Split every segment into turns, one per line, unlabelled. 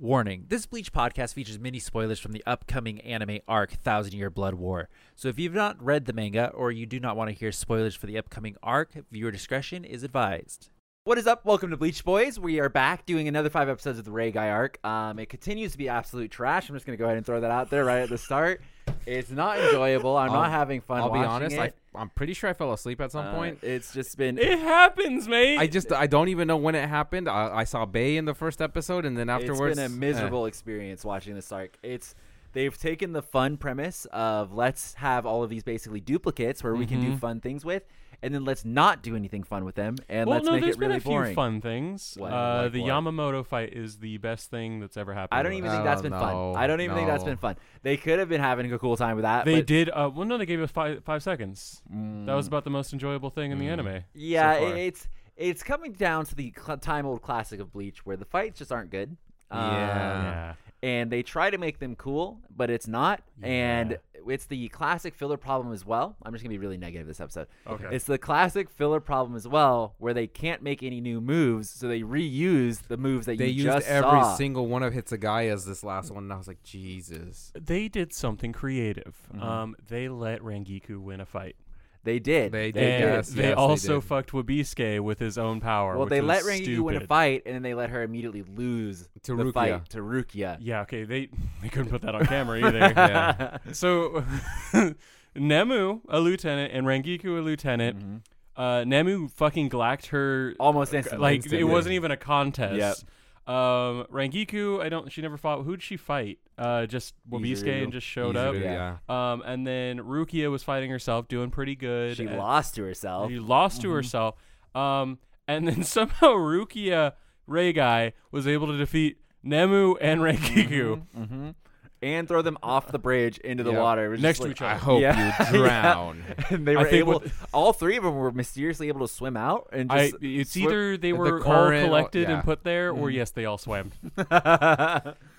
Warning This Bleach podcast features many spoilers from the upcoming anime arc Thousand Year Blood War. So if you've not read the manga or you do not want to hear spoilers for the upcoming arc, viewer discretion is advised.
What is up? Welcome to Bleach Boys. We are back doing another five episodes of the Ray Guy arc. Um, it continues to be absolute trash. I'm just gonna go ahead and throw that out there right at the start. It's not enjoyable. I'm
I'll-
not having fun.
I'll be
watching
honest.
It.
I, I'm pretty sure I fell asleep at some
Uh,
point.
it's just been.
It happens, mate.
I just I don't even know when it happened. I, I saw Bay in the first episode, and then afterwards,
it's been a
eh.
miserable experience watching this arc. It's they've taken the fun premise of let's have all of these basically duplicates where we can
Mm-hmm.
do fun things with, and then let's not do anything fun with them, and
well,
let's
no,
make
there's
it really
been a few
boring.
fun things.
What?
Uh,
Like
the
what?
Yamamoto fight is the best thing that's ever happened.
I don't
to
even
us.
think that's been
Oh, No,
fun. I don't even think that's
no.
been fun. They could have been having a cool time with that.
They
but
did. Uh, well, no, they gave us five five seconds. That
Mm.
was about the most enjoyable thing in the anime.
Yeah,
so
i-
far.
it's it's coming down to the cl- time old classic of Bleach, where the fights just aren't good. Um,
yeah.
and they try to make them cool, but it's not. And it's the classic filler problem as well. I'm just gonna be really negative this episode.
Okay.
It's the classic filler problem as well, where they can't make any new moves, so they reuse the moves that
They
you
used
just
every
saw.
single one of Hitsugaya's this last one, and I was like, Jesus.
They did something creative.
Mm-hmm.
Um, they let Rangiku win a fight.
they did.
They did.
And
yes,
they
yes,
also
did.
fucked Wabiske with his own power.
Well,
which
they
was
let Rengiku win a
stupid.
fight, and then they let her immediately lose
To
the
Rukia.
fight to Rukia.
Yeah, okay. They they couldn't put that on camera either. yeah. So Nemu, a lieutenant, and Rangiku, a lieutenant.
Mm-hmm.
Uh, Nemu fucking glacked her
Almost instantly.
like
Instantly.
it wasn't even a contest. Um, Rangiku, I don't. She never fought. Who'd she fight? Uh, just Wabiske
Izuru.
and just showed
Izuru,
up.
yeah.
Um, and then Rukia was fighting herself, doing pretty good.
She
and-
lost Mm-hmm. to herself.
she lost to herself. Um, and then somehow Rukia Ray guy was able to defeat Nemu and
Mm-hmm.
Rangiku.
and throw them off the bridge into the
Yeah.
water It was
Next
just like-
to each other.
I hope
Yeah.
you drown.
and they
I
were
think
able.
what-
all three of them were mysteriously able to swim out and
I,
just.
it's
swi-
either they
the
were
current
all
or-
collected
yeah. Mm-hmm.
and put there, or yes, they all swam.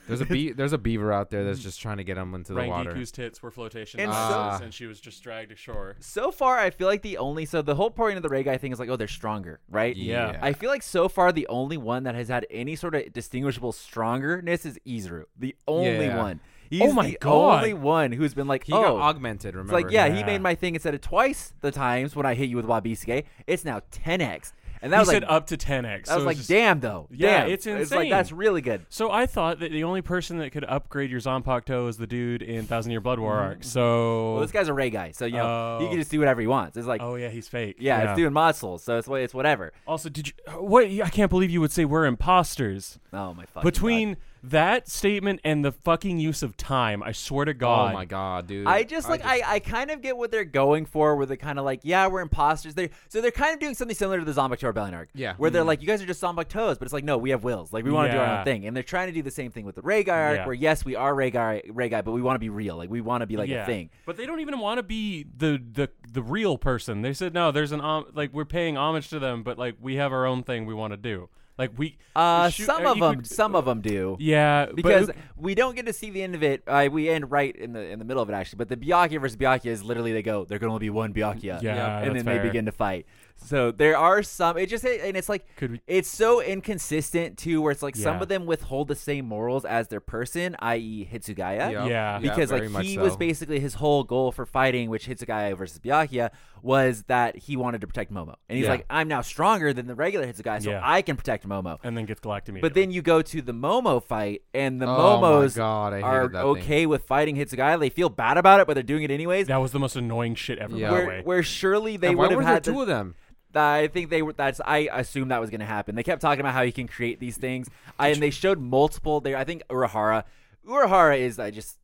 There's a bee, there's a beaver out there that's just trying to get him into the water.
Rangiku's tits were flotation
And
nozzles,
so-
and she was just dragged ashore.
so far, I feel like the only so the whole point of the Ray guy thing is like, oh, they're stronger, right?
Yeah.
I feel like so far the only one that has had any sort of distinguishable strongerness is Izuru. The only
Yeah.
one. He's
Oh my
the
God.
only one who's been like,
He
oh,
got augmented.
It's
Remember?
like, yeah, he
Yeah.
made my thing instead of twice the times when I hit you with Wabiske. It's now 10x. And that
he
was
said
like,
up to 10x.
I
so
was
it
like,
just-
damn, though.
Yeah,
damn.
it's
like,
insane.
that's really good.
So I thought that the only person that could upgrade your Zanpakuto is the dude in Thousand Year Blood War
Mm-hmm.
arc. So,
Well, this guy's a Ray guy, so you know he
Oh.
can just do whatever he wants. It's like,
oh yeah, he's fake.
yeah, it's doing mod souls, so it's wha- it's whatever.
Also, did you? uh, What? I can't believe you would say we're imposters.
Oh my fucking
Between
God.
that statement and the fucking use of time, I swear to God.
Oh my god, dude.
I just like I, I, kind of get what they're going for, where they're kind of like, yeah, we're imposters. They so they're kind of doing something similar to the Zombie Rebellion arc,
Yeah.
where they're like, you guys are just Zombie toes, but it's like, no, we have wills, like we want to do our own
Mm-hmm. Yeah.
thing, and they're trying to do the same thing with the Ray guy arc,
Yeah.
where yes, we are Ray guy, Ray guy, but we want to be real, like we want to be like
yeah.
a thing.
But they don't even want to be the, the the real person. They said no. There's an om- like we're paying homage to them, but like we have our own thing we want to do. Like we.
Uh,
shoot-
some
uh,
of
you
them,
could-
some of them do.
Yeah, but-
because we don't get to see the end of it. Uh, we end right in the in the middle of it actually. But the Byakuya versus Byakuya is literally they go there can only be one Byakuya,
Yeah,
and
that's
then they
fair.
begin to fight. So there are some. It just and it's like
Could we-
it's so inconsistent too, where it's like some
Yeah.
of them withhold the same morals as their person, i.e. Hitsugaya.
Yeah.
Yeah.
Because
very
like
much
he was
so.
basically his whole goal for fighting, which Hitsugaya versus Byakuya was that he wanted to protect Momo, and he's
Yeah.
like, I'm now stronger than the regular Hitsugaya, so
Yeah.
I can protect Momo.
and then gets galactic.
But then you go to the Momo fight, and the
Oh my
Momos
God, I hated
are
that thing.
okay with fighting Hitsugaya. They feel bad about it, but they're doing it anyways.
that was the most annoying shit ever.
Yeah.
By the
where,
way.
where surely they
And why
would have
were there
had
two
to,
of them?
I think they were. That's I assume that was going to happen. They kept talking about how you can create these things, I, and they showed multiple there. I think Urahara. Urahara is I just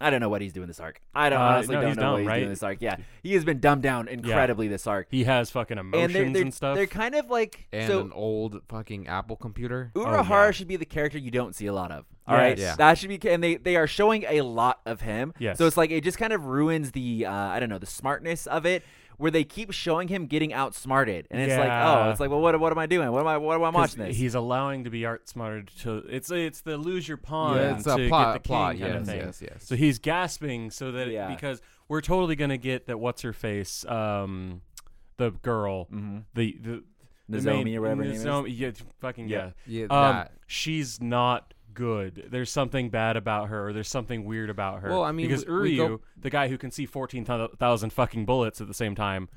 I don't know what he's doing this arc. I don't
Uh,
honestly
no,
don't
he's
know
dumb,
what he's
right?
doing this arc. Yeah, he has been dumbed down incredibly this arc.
He has fucking emotions
and
and,
they're, they're,
stuff.
they're kind of like
and
so
an old fucking Apple computer.
Urahara should be the character you don't see a lot of. All right,
Yes. Yeah.
that should be, and they they are showing a lot of him.
Yes.
So it's like it just kind of ruins the uh, I don't know the smartness of it, where they keep showing him getting outsmarted, and it's like oh,
Yeah.
it's like well what what am I doing? What am I what am I
'Cause
watching this?
He's allowing to be art smarter to it's it's the lose your pawn
Yeah, it's a
to
plot-
get the king
plot,
kind
yes,
of thing.
yes, yes.
So he's gasping so that it-
Yeah.
because we're totally gonna get that what's her face um the girl
Mm-hmm.
the the the
Nozomi
main-
or whatever her name is.
Nozomi- yeah, t- fucking yeah.
Yeah,
um,
that.
she's not good. There's something bad about her, or there's something weird about her.
Well, I mean,
because
we- we
Uryu,
go-
the guy who can see fourteen thousand fucking bullets at the same time,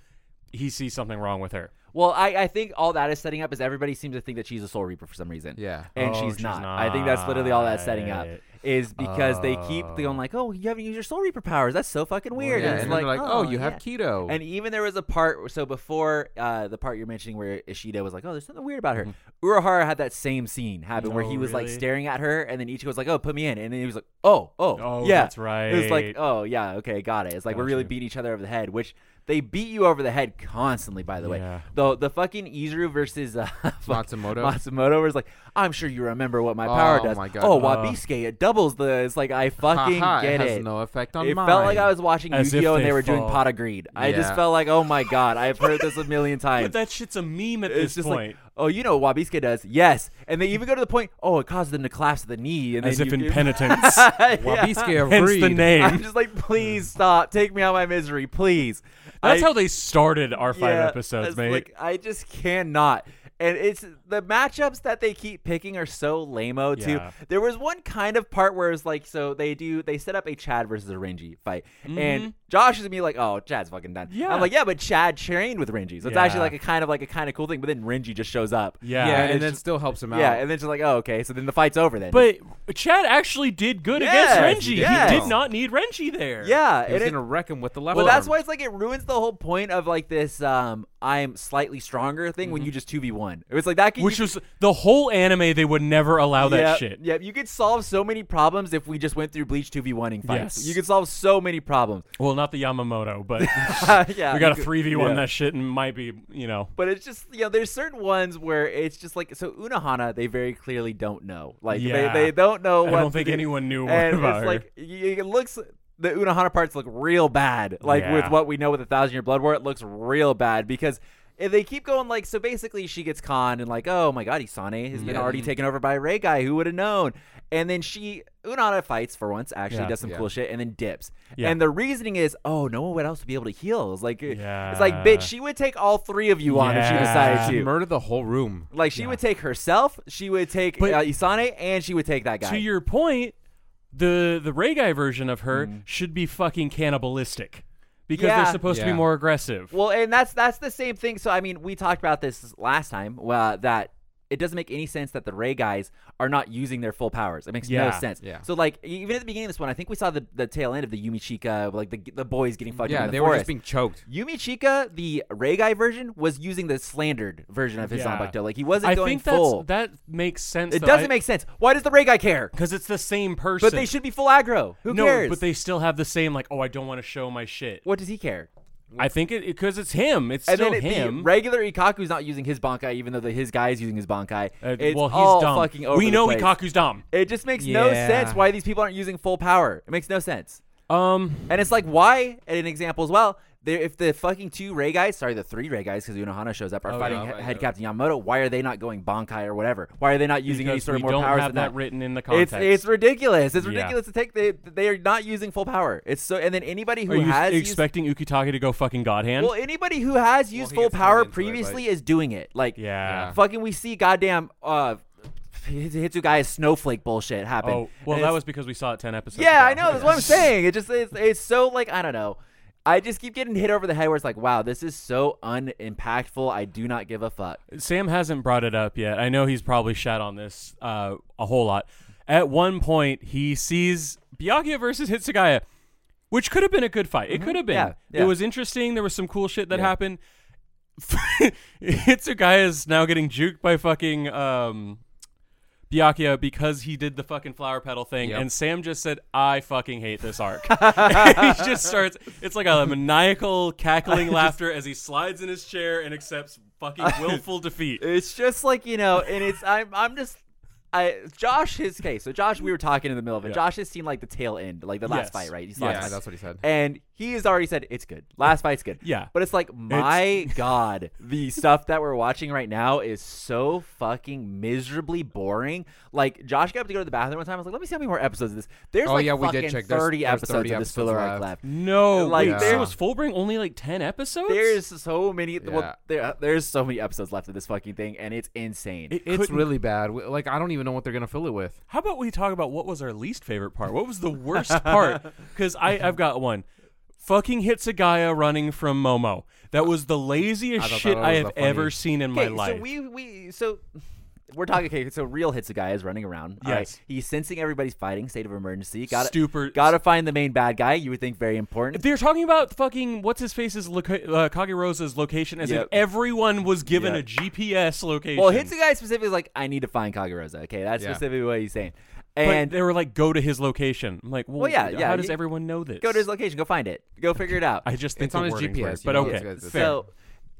he sees something wrong with her.
Well, I, I think all that is setting up is everybody seems to think that she's a soul reaper for some reason.
Yeah.
And
Oh,
she's,
she's
not. I think that's literally all that's setting up
not.
is because they keep going like, "Oh, you haven't used your soul reaper powers. That's so fucking weird."
yeah,
and it's
and then
like,
they're like, "Oh, you have
yeah."
keto."
And even there was a part where- so before uh, the part you're mentioning where Ishida was like, "Oh, there's something weird about her."
Mm-hmm.
Urahara had that same scene happen where
No,
he was like
Oh, really?
staring at her, and then Ichigo was like, "Oh, put me in," and then he was like, "Oh, oh,
Oh,
yeah,
that's right.
It was like, "Oh, yeah, okay, got it." It's like we're really beating each other over the head, which they beat you over the head constantly. By the way,
Yeah.
the the fucking Izuru versus uh, fuck-
Matsumoto?
Matsumoto was like, I'm sure you remember what my power
Oh
does.
my God.
Oh,
Uh.
Wabisuke, it doubles the. It's like I fucking
Haha,
get
it
it.
has no effect on
It felt like
mine.
I was watching
As if
Yu-Gi-Oh and
they
they were doing
fall.
pot of greed. I just
Yeah.
felt like, oh my god, I've heard this a million
But
times.
that shit's a meme at
It's
this
just
point.
like, oh, you know what Wabisuke does? Yes, and they even go to the point. Oh, it causes them to collapse at the knee, and
as
then
if
you-
in penitence.
Yeah.
Wabisuke of
Hence the
greed.
name.
I'm just like, please stop, take me out of my misery, please.
That's
I-
how they started our five
yeah,
episodes,
it's
mate.
Like, I just cannot. And it's the matchups that they keep picking are so lame-o too.
Yeah.
There was one kind of part where it's like, so they do they set up a Chad versus a Renji fight, and Josh is gonna be like, "Oh, Chad's fucking done."
Mm-hmm. Yeah.
I'm like, "Yeah, but Chad trained with Renji, so it's actually
Yeah.
like a kind of like a kind of cool thing." But then Renji just shows up,
yeah.
yeah,
it's
and then
just-
still helps him out.
yeah, and then she's like, "Oh, okay." So then the fight's over. Then,
but Chad actually did good
Yes,
against Renji.
yes.
He did not need Renji there.
yeah,
he was
and it-
gonna wreck him with the left.
Well, that's
arm.
why it's like it ruins the whole point of like this um I'm slightly stronger thing
Mm-hmm.
when you just two v one. It was like that. Can
Which
you,
was the whole anime. They would never allow that
yeah,
shit.
Yeah, you could solve so many problems if we just went through Bleach two v oneing fights.
Yes.
You could solve so many problems.
Well, not the Yamamoto, but
yeah,
we got
you
a
could-
three v one
yeah.
that shit, and might be you know.
But it's just you know, there's certain ones where it's just like so Unohana, they very clearly don't know. Like
Yeah.
they, they don't know
I
what
don't
to
think
do.
anyone knew what
and
about
it's
her.
like y- it looks the Unohana parts look real bad. Like with
Yeah.
what we know with the Thousand Year Blood War, it looks real bad because if they keep going like so basically she gets conned and like, oh my god, Isane has been
Yeah.
already taken over by a Ray guy, who would have known? And then she Unohana fights for once, actually
Yeah.
does some
Yeah.
cool shit, and then dips.
Yeah.
And the reasoning is, oh, no one else would be able to heal. It's like uh, it's like,
Yeah.
bitch, she would take all three of you on if she
Yeah.
decided
She
to.
murdered the whole room.
Like she would take herself, she would take
But-
uh, Isane, and she would take that guy.
To your point, the the Ray guy version of her should be fucking cannibalistic because
Mm. Yeah.
they're supposed to be
Yeah.
more aggressive.
Well, and that's that's the same thing. So I mean, we talked about this last time. Well, that it doesn't make any sense that the Ray guys are not using their full powers. It makes no
Yeah,
sense.
yeah.
So like e, even at the beginning of this one, I think we saw the, the tail end of the Yumichika, like the the boys getting fucked up
Yeah,
in the
they were
forest.
just being choked.
Yumichika, the Ray guy version, was using the slandered version of his
Yeah.
Zanbakuto. Like he wasn't
I
going
think that's,
full.
that makes sense.
it doesn't make sense. Why does the Ray guy care?
because it's the same person.
But they should be full aggro. Who
no,
cares?
but they still have the same like. Oh, I don't want to show my shit.
what does he care?
I think it because it's him. It's
And
still
then it, the
him.
regular Ikaku's not using his Bankai, even though the, his guy is using his Bankai.
Uh,
it's
well, he's
all
dumb.
fucking over
we
the
know
place.
Ikaku's dumb.
It just makes no
Yeah.
sense why these people aren't using full power. It makes no sense.
Um,
And it's like, why, and an example as well, there, if the fucking two Ray guys, sorry, the three Ray guys, because Unohana shows
Oh,
up, are fighting
yeah,
he-
I
head
know.
captain Yamamoto, why are they not going Bankai or whatever? Why are they not using any
because
sort of
we
more
don't
powers
have
than
that
that?
written in the
It's,
context.
it's ridiculous. It's
Yeah.
ridiculous to take. They they are not using full power. It's so. And then anybody who
Are you
has used-
expecting Ukitake to go fucking god hand?
well, anybody who has used
he
full
gets thrown
power
into it,
previously
like-
is doing it. Like
yeah.
fucking, we see goddamn uh, Hitsugaya's snowflake bullshit happen.
Oh, well,
And
that
it's-
was because we saw it ten episodes.
Yeah, I
ago.
know. That's what I'm saying. It just it's, it's so like I don't know. I just keep getting hit over the head where it's like, wow, this is so unimpactful. I do not give a fuck.
Sam hasn't brought it up yet. I know he's probably shat on this uh, a whole lot. At one point, he sees Byakuya versus Hitsugaya, which could have been a good fight. It could have been.
Mm-hmm. Yeah, yeah.
It was interesting. There was some cool shit that happened. Hitsugaya is now getting juked by fucking um, Byakuya because he did the fucking flower petal thing,
Yep.
and Sam just said, "I fucking hate this arc." he just starts. It's like a maniacal cackling laughter as he slides in his chair and accepts fucking willful defeat.
It's just like you know, and it's I'm I'm just I Josh his case. So Josh, we were talking in the middle of it.
Yeah.
Josh has seen like the tail end, like the last
Yes.
fight, right? He's
Yeah,
Yeah,
last
that's
fight.
what he said.
And he has already said it's good. Last fight's good.
Yeah.
But it's like my god, the stuff that we're watching right now is so fucking miserably boring. Like Josh got up to go to the bathroom one time. I was like, let me see how many more episodes of this. There's
Oh,
like
yeah, we did
fucking
check. There's-
30
there's 30
episodes of this
episodes
filler arc left.
left.
No,
Like,
like
there-
there was Fullbring only like ten episodes.
There's so many.
Yeah.
Well, there, there's so many episodes left of this fucking thing, and it's insane.
It-
It's
couldn't-
really bad. W- Like I don't even know what they're gonna fill it with.
How about we talk about what was our least favorite part? What was the worst part? Because I've got one. Fucking Hitsugaya running from Momo. That was the laziest
I thought
shit
that
I
was
have
the
ever
funniest.
seen in my
Okay,
life.
So we we so we're talking. Okay, so real hits a guy is running around. all
Yes.
he's sensing everybody's fighting. State of emergency. Got
Stupor-
Got to find the main bad guy. You would think very important.
They're talking about fucking what's his face's loca- uh, Kagerosa's location as
Yep.
if everyone was given
Yep.
a GPS location.
Well, hits a guy specifically is like, I need to find Kagurosa. Okay, that's
Yeah.
specifically what he's saying.
But
And
they were like, go to his location. I'm like, well,
Well, yeah,
how
yeah,
does
you-
everyone know this?
go to his location. Go find it. Go figure it out.
I just think
It's on
the
his
wording's
GPS,
weird,
you
but
know,
okay,
it's- it's-
fair.
So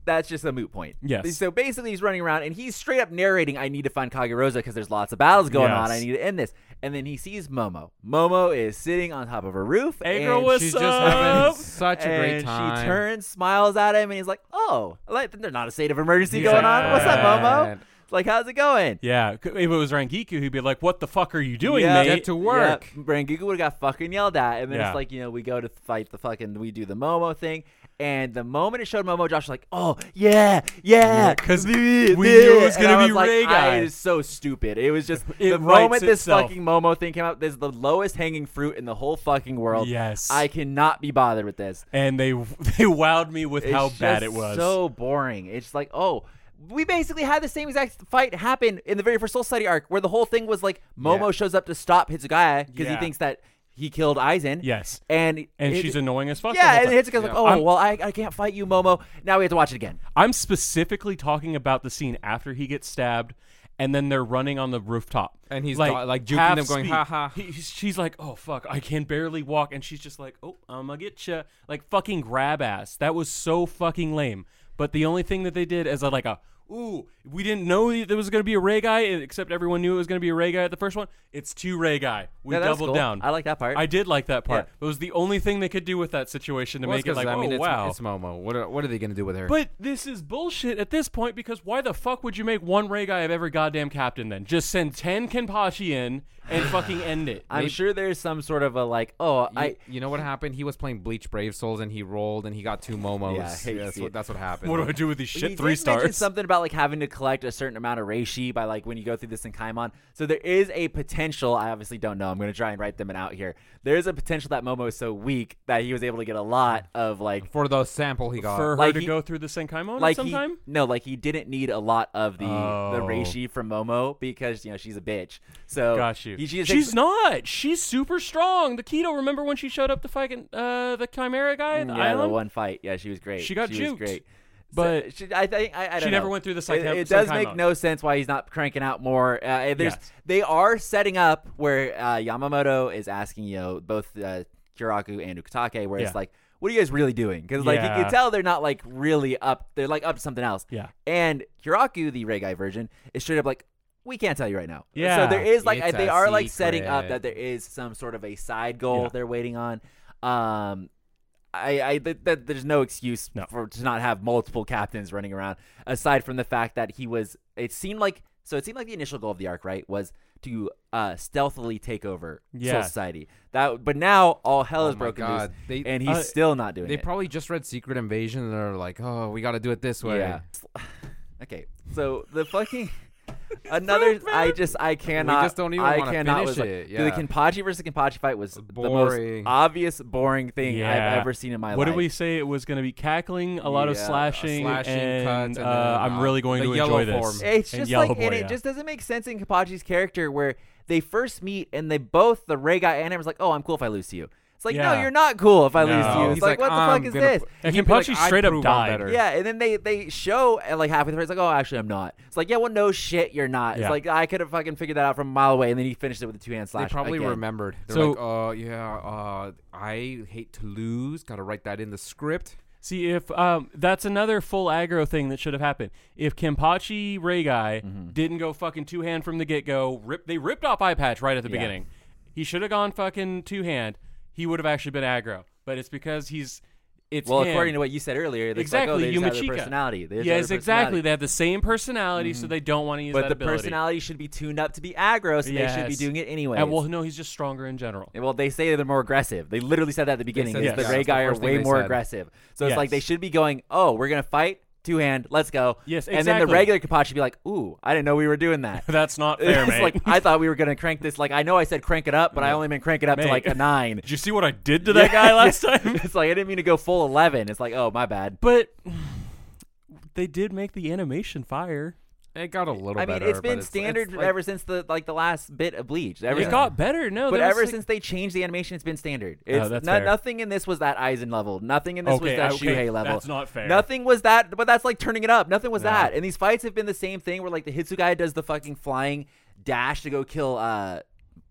that's just a moot point.
Yes.
So basically, he's running around and he's straight up narrating, I need to find Kagurosa because there's lots of battles going on. I
Yes.
need to end this. And then he sees Momo. Momo is sitting on top of a roof.
Hey,
and
girl, what's
She's just having
up?
such a great
and
time.
she turns, smiles at him, and he's like, "Oh, like there's not a state of emergency going on. What's up, Momo?
Yeah.
Like, how's it going?"
Yeah, c- if it was Rangiku, he'd be like, what the fuck are you doing,
Yeah.
mate?
Get to work.
Yep. Rangiku would have got fucking yelled at, and then
Yeah.
it's like you know we go to fight the fucking we do the Momo thing, and the moment it showed Momo, Josh was like, "Oh yeah, yeah."
Because we
yeah,
knew it was
and
gonna
I
be
like,
Ray
I-
guy.
It is so stupid. It was just
It
the
writes
moment this
itself.
fucking Momo thing came out. This is the lowest hanging fruit in the whole fucking world.
Yes.
I cannot be bothered with this.
and they they wowed me with
It's
how bad
just
it was.
So boring. It's like, oh, we basically had the same exact fight happen in the very first Soul Society arc, where the whole thing was like Momo
Yeah.
shows up to stop Hitsugaya because he
Yeah.
thinks that he killed Aizen.
Yes.
and
and
it-
she's annoying as fuck. the whole
Yeah, and
time.
Hitsugaya's like,
Yeah.
oh
I'm-
well, I, I can't fight you, Momo. Now we have to watch it again.
I'm specifically talking about the scene after he gets stabbed, and then they're running on the rooftop,
And he's
like,
do- like juking
half
them, going,
speed.
"Ha, ha."
He- he's- she's like, "Oh fuck, I can barely walk," and she's just like, "Oh, I'm gonna get you." Like fucking grab ass. That was so fucking lame. But the only thing that they did is a, like a. Ooh, we didn't know there was going to be a Ray guy, e-, except everyone knew it was going to be a Ray guy at the first one. It's two Ray guy. We
Yeah, that was
doubled
cool.
down.
I like that part.
I did like that part.
Yeah.
It was the only thing they could do with that situation to
Well,
make
it's
it
'cause,
like,
I mean,
oh
it's,
wow,
it's Momo. What are, what are they gonna do with her?
but this is bullshit at this point because why the fuck would you make one Ray guy of every goddamn captain then? Just send 10 Kenpachi in and fucking end it.
I'm sure there's some sort of a like, oh,
you,
I.
you know what happened? He was playing Bleach Brave Souls and he rolled and he got two momos.
Yeah, I hate to
that's,
see
what,
it.
that's what happened.
What do I do with these
he
shit
did
three
mention
stars?
Something about like having to collect a certain amount of reishi by like when you go through this in Kaimon. So there is a potential. I obviously don't know. I'm gonna try and write them out here. There is a potential that Momo is so weak that he was able to get a lot of like
for the sample he got?
For her
Like
to
he-
go through the Senkaimon
like
sometime?
he no like he didn't need a lot of the the
Oh.
reishi from Momo because you know she's a bitch. So
Got you.
Oh, He, she just
She's
takes-
not. She's super strong. The Keto, remember when she showed up to fucking uh, the Chimera guy at the
yeah,
island?
the one fight. Yeah, she was great.
She got
was
juked.
great.
But-
So she, I think I, I don't
She never
know.
went through the
It,
psycho-
it does
psychimo.
make no sense why he's not cranking out more. Uh, there's
Yes.
they are setting up where uh, Yamamoto is asking you know both uh, Kiraku and Ukitake where
Yeah.
it's like. What are you guys really doing? Because like you
Yeah.
can tell they're not like really up. They're like up to something else.
Yeah.
And Kiraku, the Ray guy version, is straight up like, we can't tell you right now.
Yeah.
So there is like
It's
they
a
are like setting up
secret.
that there is some sort of a side goal
Yeah.
they're waiting on. Um, I, I th- th- there's no excuse
No.
for to not have multiple captains running around. Aside from the fact that he was, it seemed like so. It seemed like the initial goal of the arc, right, was to uh, stealthily take over Soul
Yeah.
Society. That, but now all hell
Oh
is
my
broken
God.
loose,
They-
and he's
uh,
still not doing
they
it.
probably just read Secret Invasion and they're like, oh, we got to do it this way.
Yeah. okay. So the fucking another. I just I cannot.
just don't even
I
wanna
cannot.
finish
was like-
it,
dude, The
yeah.
Kenpachi versus Kenpachi fight was the most
Boring.
obvious boring thing
Yeah.
I've ever seen in my
What
life.
did we say? It was going to be cackling, a lot of
Yeah,
slashing,
slashing,
and,
cuts, and then,
uh, I'm
uh,
really going
the
to
yellow
enjoy this.
form.
It's
And
just
Yellow
like,
Boy,
and
yeah.
it just doesn't make sense in Kapachi's character where they first meet and they both the Ray guy and him was like, "Oh, I'm cool if I lose to you." It's like, no,
Yeah.
you're not cool if I lose to
No.
you. It's
He's
Oh. like,
like,
what the
"I'm
fuck is
gonna
this?
put-
And
He'd be like,
Kenpachi
"I
straight up
proved
died."
better."
Yeah, and then they they show and like halfway through, it's like, oh, actually, I'm not. It's like, yeah, well, no shit, you're not. It's
Yeah.
like I could have fucking figured that out from a mile away, and then he finished it with a two hand
They
slash.
probably
again.
remembered. They're
So-
like, oh yeah, uh, I hate to lose. Got to write that in the script.
See if um, that's another full aggro thing that should have happened. If Kempachi Ray guy
Mm-hmm.
didn't go fucking two hand from the get go, rip they ripped off eye patch right at the
Yeah.
beginning. He should have gone fucking two hand. He would have actually been aggro, but it's because he's it's
Well,
him.
according to what you said earlier, it's
exactly
Like, oh, they just have their
Yumachika
personality. They just have
yes,
their
exactly.
personality. Mm-hmm.
They have the same personality, so they don't want to use
But
that
the
ability.
personality should be tuned up to be aggro, so they should be
Yes.
doing it anyway.
And, well, no, he's just stronger in general.
Well, they say they're more aggressive. They literally said that at the beginning.
said
is
that.
The
Yes.
Ray
That's
guy
the
are
first thing
way
they
more
said.
aggressive. So it's like
Yes.
they should be going, oh, we're going to fight, two hand, let's go.
Yes,
And then the
exactly.
regular Kapachi should be like, ooh, I didn't know we were doing that.
That's not fair,
it's
mate.
like, I thought we were going to crank this. Like, I know I said crank it up, but I only meant crank it up to
Mate.
like a nine.
Did you see what I did to that guy last time?
it's like, I didn't mean to go full 11. It's like, oh, my bad.
But they did make the animation fire.
It got a little
I mean,
better.
it's
but
been
it's-
standard
it's like-
ever since the like the last bit of Bleach. Ever
It
since-
got better. No,
But
there was,
ever
like-
since they changed the animation, it's been standard. It's
Oh, that's
no-
fair.
nothing in this was that Eisen level. Nothing in this was
Okay,
that
okay,
Shuhei level.
that's not fair.
Nothing was that. But that's like turning it up. Nothing was that. And these fights have been the same thing. Where like the Hitsugai does the fucking flying dash to go kill uh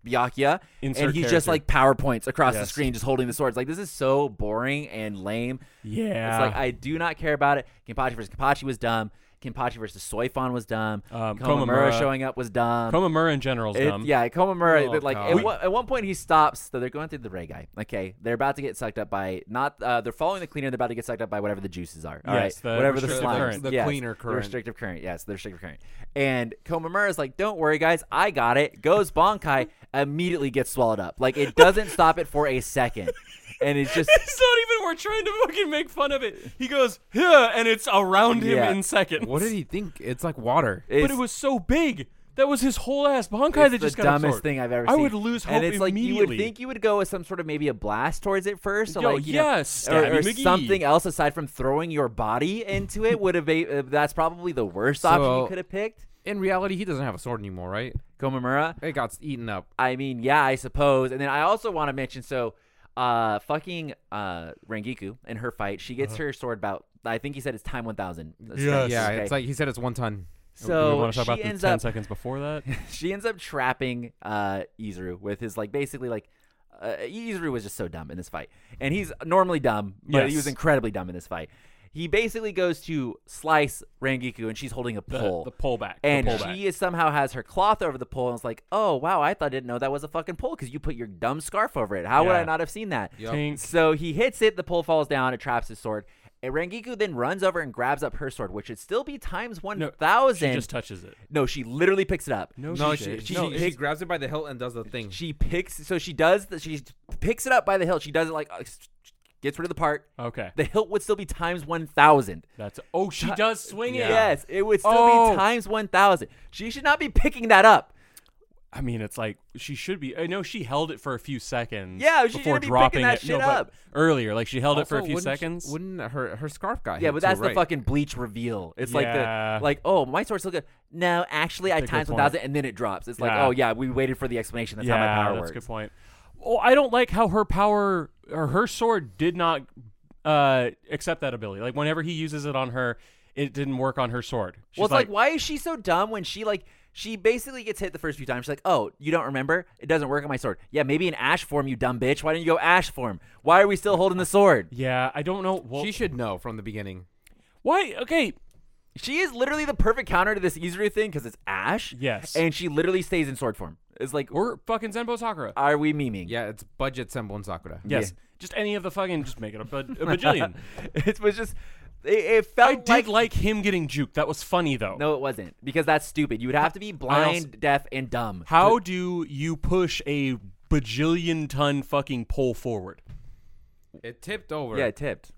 Byakuya,
Insert
and he's just
character.
like powerpoints across the
Yes.
screen, just holding the swords. Like this is so boring and lame.
yeah,
It's like I do not care about it. Kenpachi versus Kenpachi was dumb. Kenpachi versus Soifon was dumb.
Um,
Komamura
Komamura-
showing up was dumb.
Komamura in general is
It-
dumb.
yeah, Komamura.
Oh,
that, like
God.
at,
We-
one, at one point he stops. So they're going through the Ray guy. Okay, they're about to get sucked up by not. Uh, they're following the cleaner. They're about to get sucked up by whatever the juices are. All right,
Yes, the
whatever the
restrictive
slimes.
current.
The
Yes,
cleaner
The
current.
restrictive current. Yes, the restrictive current. And Komamura is like, "Don't worry, guys, I got it." Goes Bonkai immediately gets swallowed up. Like it doesn't stop it for a second, and it's just.
it's not even. We're trying to fucking make fun of it. He goes, yeah, and it's around him
Yeah.
in seconds.
What did he think? It's like water.
It's,
But it was so big. That was his whole ass Bonkai
It's
that
the
just got
dumbest
absorbed.
thing I've ever
I
seen.
would lose hope
and it's like you
immediately.
would think you would go with some sort of maybe a blast towards it first, or
Yo,
like you know,
yes,
or- or,
Stabby McGee.
something else aside from throwing your body into it would have. Been, uh, that's probably the worst option you
So-
could have picked.
In reality, he doesn't have a sword anymore, right?
Komamura.
It got eaten up.
I mean, yeah, I suppose. And then I also want to mention so, uh, fucking uh, Rangiku in her fight, she
Uh-huh.
gets her sword about. I think he said it's time one thousand.
Yeah, it's like he said it's one ton.
Do we
so
want to talk
oh, she
about the
ends
ten
up
seconds before that?
she ends up trapping uh Izuru with his like basically like uh, Izuru was just so dumb in this fight. And he's normally dumb, but he
Yes.
was incredibly dumb in this fight. He basically goes to slice Rangiku and she's holding a
The,
pole.
the pullback.
and
the pullback.
she is somehow has her cloth over the pole and it's like, "Oh, wow, I thought I didn't know that was a fucking pole cuz you put your dumb scarf over it. How would I
Yeah.
not have seen that?"
Tink.
So he hits it, the pole falls down, it traps his sword. And Rangiku then runs over and grabs up her sword, which should still be times
No,
1000.
She just touches it.
no, she literally picks it up.
No,
No,
she,
Oh, she,
didn't.
she,
No,
she,
it's-
grabs it by the hilt and does the thing.
She picks, so she does. The, she picks it up by the hilt. She does it like uh, s- gets rid of the part.
okay.
The hilt would still be times one thousand.
That's oh, she does swing it.
Yes, it would still
Oh.
be times one thousand. She should not be picking that up.
I mean, it's like she should be. I know she held it for a few seconds.
Yeah, she
before
shouldn't be picking
dropping
that
it. no,
shit
but
up.
earlier. Like she held it for a
Also,
few
wouldn't she-
seconds.
wouldn't her her scarf got hit?
Yeah, but that's
too,
the
right?
fucking bleach reveal. It's like
Yeah.
the like, oh, my sword's still good. No, actually, I
That's a good
times one
point.
thousand, and then it drops. It's like,
Yeah.
oh yeah, we waited for the explanation. That's
yeah,
how my power
that's
works.
a good point. Oh, I don't like how her power or her sword did not uh, accept that ability. Like whenever he uses it on her, it didn't work on her sword. She's
well, it's like, why is she so dumb when she like she basically gets hit the first few times? She's like, "Oh, you don't remember? It doesn't work on my sword." Yeah, maybe in ash form, you dumb bitch. Why didn't you go ash form? Why are we still holding the sword?
yeah, I don't know. Well,
She should know from the beginning.
why? Okay,
She is literally the perfect counter to this Izuru thing because it's ash.
Yes.
and she literally stays in sword form. It's like,
we're fucking Zenbo Sakura.
Uh,
are we memeing?
Yeah, it's budget Senbon and Sakura.
yes, just any of the fucking, just make it a, bud- a bajillion.
it was just it, it felt
I did
like.
like, him getting juked. That was funny though.
no, it wasn't because that's stupid. You would have to be blind, deaf, and dumb.
How do you push a bajillion ton fucking pole forward?
It tipped over.
Yeah, it tipped.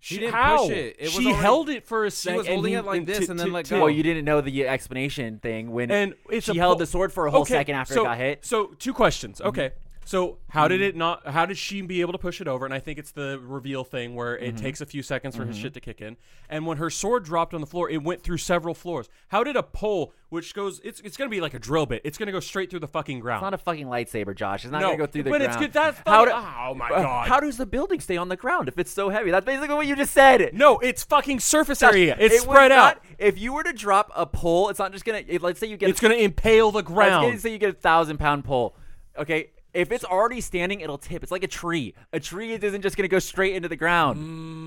she didn't
How?
push it. it was
she
already-
held it for a
She
second.
was holding it like this and then let go.
Well, you didn't know the explanation thing when
and it's
she
a
held
pole-
the sword for a whole
Okay,
second after
so-
it got hit. Mm-hmm.
So two questions. Okay, So how did it not? How did she be able to push it over? And I think it's the reveal thing where
Mm-hmm.
it takes a few seconds for his shit to kick in. And when her sword dropped on the floor, it went through several floors. How did a pole, which goes, it's it's gonna be like a drill bit. It's gonna go straight through the fucking ground.
It's not a fucking lightsaber, Josh. It's not
No,
gonna go through the
but it's
ground.
good- that's
How
fucking- oh my
uh,
God.
How does the building stay on the ground if it's so heavy? That's basically what you just said.
no, it's fucking surface
Josh,
area. It's
it would
spread
not-
out.
If you were to drop a pole, it's not just gonna. It, let's say you get.
It's gonna impale the
let's
ground.
say you get a thousand pound pole. Okay. If it's already standing, it'll tip. It's like a tree. A tree isn't just gonna go straight into the ground.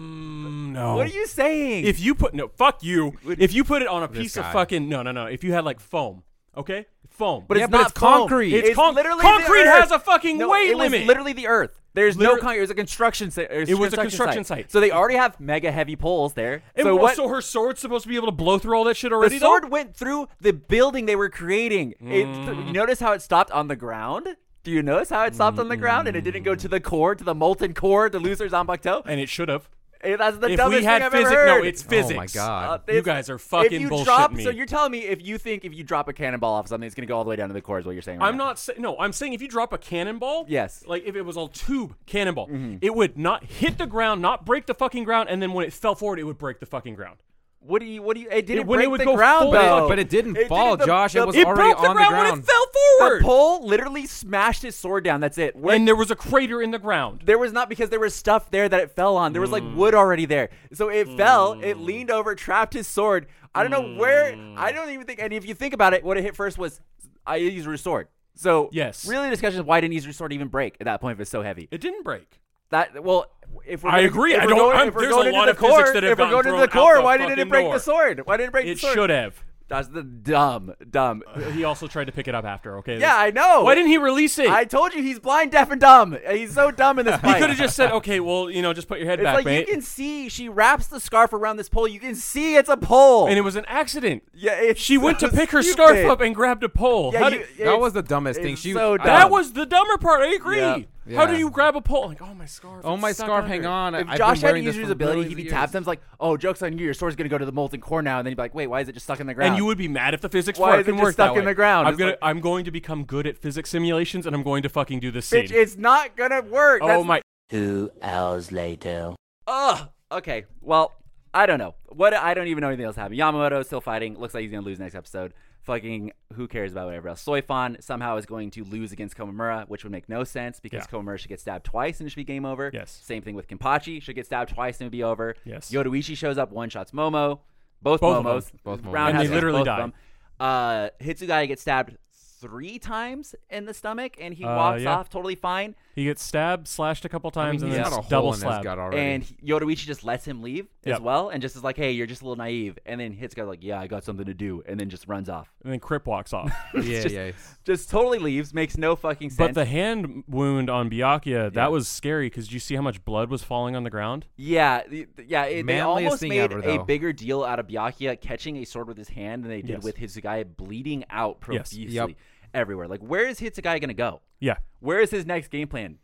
Mm, no.
What are you saying?
If you put no, fuck you. If you put it on a piece of
guy.
fucking no, no, no. If you had like foam, okay, foam.
But
Yeah,
it's
but
not
it's
foam.
concrete.
It's
It's,
con-
literally
concrete
the
has
earth.
a fucking
no,
weight
it was
limit.
literally the earth. There's
Liter-
no concrete. It was a construction site. It
was a construction site.
So they already have mega heavy poles there.
and
so
what-
what?
so her sword's supposed to be able to blow through all that shit
the
already.
sword
though?
went through the building they were creating. It
Mm.
th- you notice how it stopped on the ground? Do you notice how it stopped on the ground and it didn't go to the core, to the molten core, to Luthor's Zanbakuto?
and it should have.
Eh, That's the
If
dumbest
we had
thing I've
physics,
ever heard.
no, it's
Oh
physics.
my
Uh,
god.
You
if-
guys are fucking
if you
bullshit
drop,
me.
So you're telling me if you think if you drop a cannonball off something, it's going to go all the way down to the core is what you're saying right
I'm
now.
not saying no. I'm saying if you drop a cannonball,
Yes. Mm-hmm.
like if it was a tube cannonball, it would not hit the ground, not break the fucking ground, and then when it fell forward, it would break the fucking ground.
What do you? What do you? It didn't
when it
break
would
the
go
ground,
forward-
though.
But it didn't
It
fall,
didn't- the-
Josh.
the-
it was
It
already
broke the
on
ground,
the ground.
when it fell
The
forward,
pole literally smashed its sword down. That's it. When
and there was a crater in the ground.
there was not because there was stuff there that it fell on. There was like wood
Hmm.
already there, so it fell. It leaned over, trapped his sword. I don't know where.
Hmm.
I don't even think. And if you think about it, what it hit first was I used her sword. So
Yes.
really, the discussion is why didn't Yuzur's sword even break at that point if it's so heavy?
It didn't break.
That well, if we're
I
gonna-
agree.
If
I
we're
don't-
Going,
I'm-
if we're
there's a
going into
lot
the
of
core,
physics that have
if we're
gotten
going into
thrown
the
out
core,
the
why didn't
fucking
it break
door.
the sword? Why didn't it break
It
the sword?
should have.
That's the dumb, dumb.
He also tried to pick it up after. Okay.
Yeah, I know.
Why didn't he release it?
I told you he's blind, deaf, and dumb. He's so dumb in this
he
fight.
could have just said, "Okay, well, you know, just put your head
It's
back,
like
mate."
you can see she wraps the scarf around this pole. You can see it's a pole.
and it was an accident.
yeah, it's
She went
so
to pick her
stupid.
scarf up and grabbed a pole.
Yeah,
How
you-
did-
it's-
that was the dumbest thing.
it's
She
so
I-
dumb.
that was the dumber part. I agree.
Yeah.
How do
Yeah.
you grab a pole? Like, oh my scarf.
Oh
it's
my
stuck
scarf,
under."
hang on.
If
I've
Josh
been
had
wearing
to
this
use his
for
ability,
millions
he'd
of
be
years.
tapped. Them's like, oh, joke's on you. Your sword's gonna go to the molten core now. And then you'd be like, wait, why is it just stuck in the ground?
And you would be mad if the physics
Why is it
fucking
just
worked that
stuck in
way.
the ground?
I'm
It's
gonna,
like-
I'm going to become good at physics simulations, and I'm going to fucking do this scene.
bitch, it's not gonna work.
oh
That's-
my.
Two hours later.
Ugh. Okay. Well, I don't know. What I don't even know anything else happened. Yamamoto is still fighting. Looks like he's gonna lose next episode. Fucking who cares about whatever else? Soifon somehow is going to lose against Komamura, which would make no sense because
Yeah.
Komamura should get stabbed twice and it should be game over.
Yes.
Same thing with Kenpachi, should get stabbed twice and it would be over.
Yes.
Yodoichi shows up, one shots Momo. Both,
Both of them.
Momos.
Both Momos.
Roundhouse
And they
kicks
literally
both of
die.
them. Uh, Hitsugai gets stabbed three times in the stomach and he
Uh,
walks
yeah.
off totally fine.
He gets stabbed, slashed a couple
I mean,
times,
he's got
and then
a
s-
hole
double
in his
slapped.
gut already.
And he- Yodoichi just lets him leave
Yep.
as well, and just is like, "Hey, you're just a little naive." And then Hitsuka's like, "Yeah, I got something to do," and then just runs off.
And then Crip walks off.
yeah,
just-
yeah.
Just totally leaves, makes no fucking sense.
But the hand wound on Byakuya, that was scary because did you see how much blood was falling on the ground?
yeah, the- the- yeah, it, they
Manliest
almost
thing
made
ever,
a
though.
bigger deal out of Byakuya catching a sword with his hand than they did
Yes.
with Hitsugai bleeding out
Yes.
profusely
Yep.
everywhere. Like, where is Hitsugai gonna go?
Yeah.
Where is his next game plan?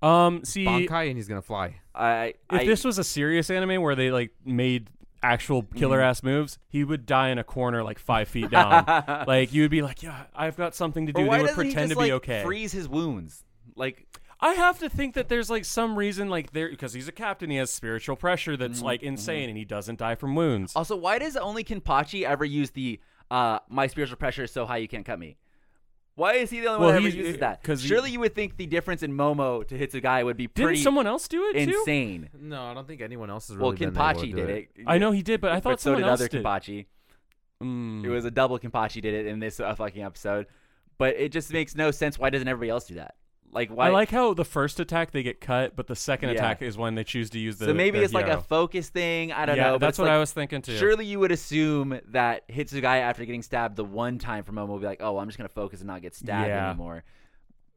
Um. See,
Bonkai and he's gonna fly.
I,
if
I
this was a serious anime where they like made actual killer
Mm.
ass moves, he would die in a corner like five feet down. like you would be like, yeah, I've got something to
or
do.
why
They would
doesn't he
pretend to
just,
be
like,
okay.
Freeze his wounds, like
I have to think that there's like some reason like there because he's a captain, he has spiritual pressure that's
Mm-hmm.
like insane, and he doesn't die from wounds.
Also, why does only Kenpachi ever use the uh, "my spiritual pressure is so high you can't cut me"? Why is he the only
Well,
one that ever
he-
uses
uh,
that?
'cause he-
Surely you would think the difference in Momo to Hitsugai would be pretty
Didn't someone else do it too?
insane.
No, I don't think anyone else has
well,
really been able to
Kenpachi
do
did it.
I know he did, but I thought
but so
someone
did
else
other
did.
Kenpachi.
Mm.
It was a double Kenpachi did it in this uh, fucking episode. But it just makes no sense. Why doesn't everybody else do that? Like why?
I like how the first attack they get cut, but the second
Yeah.
attack is when they choose to use the.
so maybe
the
it's like a
hero.
focus thing. I don't
yeah,
know. but
that's
it's
what
like-
I was thinking too.
Surely you would assume that Hitsugai, after getting stabbed the one time from Momo, would be like, "Oh, I'm just gonna focus and not get stabbed
Yeah.
anymore."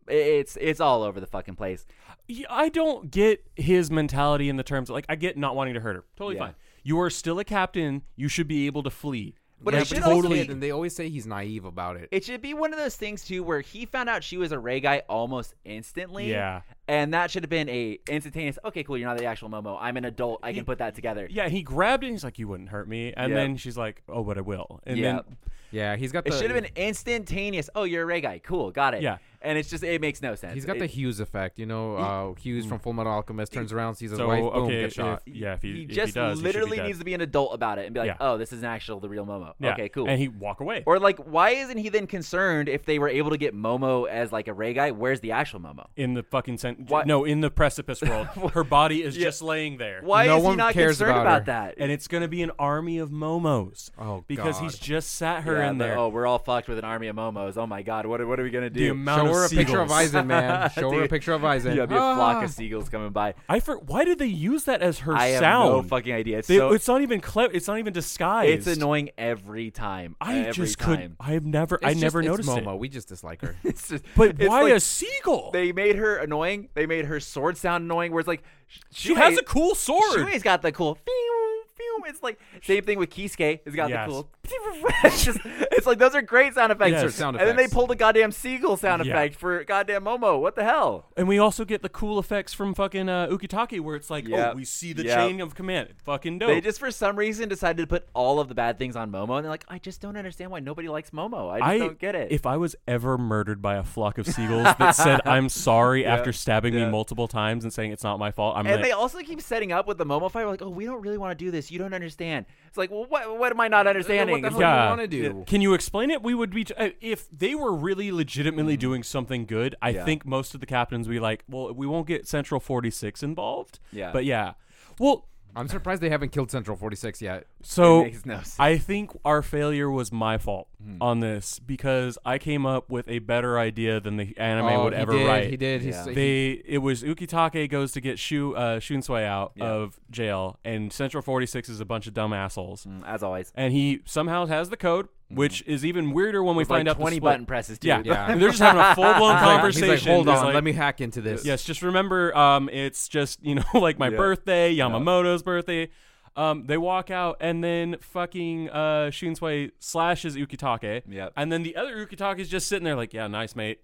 It's it's all over the fucking place.
Yeah, I don't get his mentality in the terms like I get not wanting to hurt her. Totally
Yeah.
fine. You are still a captain. You should be able to flee.
But
yeah,
it should
but he's a
totally.
kid, and they always say he's naive about it.
it should be one of those things too, where he found out she was a Ray guy almost instantly.
Yeah.
and that should have been a instantaneous. Okay, cool. You're not the actual Momo. I'm an adult. I can put that together.
Yeah, he grabbed it. and He's like, "You wouldn't hurt me," and
Yeah.
then she's like, "Oh, but I will." And
Yeah.
then
Yeah, he's got.
It
the,
should have been instantaneous. Oh, you're a Ray guy. Cool, got it.
Yeah.
and it's just it makes no sense.
He's got
It-
the Hughes effect, you know. Uh, Hughes from Full Metal Alchemist turns around, sees his
So
wife, boom,
okay,
gets shot.
if- yeah, if he,
he
if
just
he does, he should be
literally
dead.
needs to be an adult about it and be like,
Yeah.
"Oh, this is an actual, the real Momo."
Yeah.
Okay, cool.
And he walk away.
or like, why isn't he then concerned if they were able to get Momo as like a Ray guy? Where's the actual Momo?
in the fucking sen-
Why-
no, in the precipice world, her body is
Yeah.
just laying there.
Why
No
is he
one
not
cares
concerned
about
about,
her.
that?
And it's gonna be an army of momos.
Oh,
because
God.
he's just sat her
Yeah,
in
the-
there.
oh, we're all fucked with an army of Momos. Oh my god, what are, what are we gonna
the
do?
Show
amount of
her a picture of
seagulls.
Aizen, man. Show her a picture of Aizen.
yeah, be a flock
Ah.
of seagulls coming by.
I for- why did they use that as her
I have
sound?
no fucking idea. It's
They-
so
it's not even clever. It's not even disguised.
it's annoying every time.
I
every
just couldn't.
time.
I have never. I
It's
never
just-
noticed
it's
it.
Momo. We just dislike her.
It's just-
But
it's
why
like-
a seagull?
They made her annoying. They made her sword sound annoying. Where it's like sh-
she has
Shuhei-
a cool sword.
Shuhei's got the cool. phew, phew. It's like same thing with Kisuke. He's got
Yes.
the cool. it's, just, it's like those are great sound effects.
Yes. Those are
sound
and then they
effects.
pulled a goddamn seagull sound
Yeah.
effect for goddamn Momo. What the hell?
And we also get the cool effects from fucking uh, Ukitake, where it's like,
Yep.
oh, we see the
Yep.
chain of command. Fucking dope.
They just for some reason decided to put all of the bad things on Momo, and they're like, I just don't understand why nobody likes Momo. I just don't get it.
If I was ever murdered by a flock of seagulls that said I'm sorry after stabbing
yeah.
me multiple times and saying it's not my fault, I'm
and
like,
they also keep setting up with the Momo fight. Like, oh, we don't really want to do this. You don't understand. It's like, well, what, what am I not understanding?
What
It's like,
the fuck do
Yeah.
you want to do?
Can you explain it? We would be uh, if they were really legitimately doing something good. I
Mm-hmm. Yeah.
think most of the captains would be like, "Well, we won't get Central 46 involved."
Yeah.
but yeah, well,
I'm surprised they haven't killed Central 46 yet.
so
makes no sense. Mm-hmm.
I think our failure was my fault on this because I came up with a better idea than the anime
Oh,
would
he
ever
did,
write.
He did. He's,
Yeah.
he-
They it was Ukitake goes to get Shu uh, Shunsui out
Yeah.
of jail, and Central 46 is a bunch of dumb assholes.
mm, As always,
And he somehow has the code, which is even weirder when we
With,
find
like,
out the
20
split.
button presses, too.
Yeah,
Yeah.
And they're just having a full blown
he's
conversation.
like, hold
He's
on,
like,
let me hack into this.
Yes, just remember, um, it's just you know like my
Yeah.
birthday, Yamamoto's birthday. Um, they walk out, and then fucking uh, Shunsui slashes Ukitake.
Yep.
And then the other Ukitake is just sitting there like, yeah, nice mate.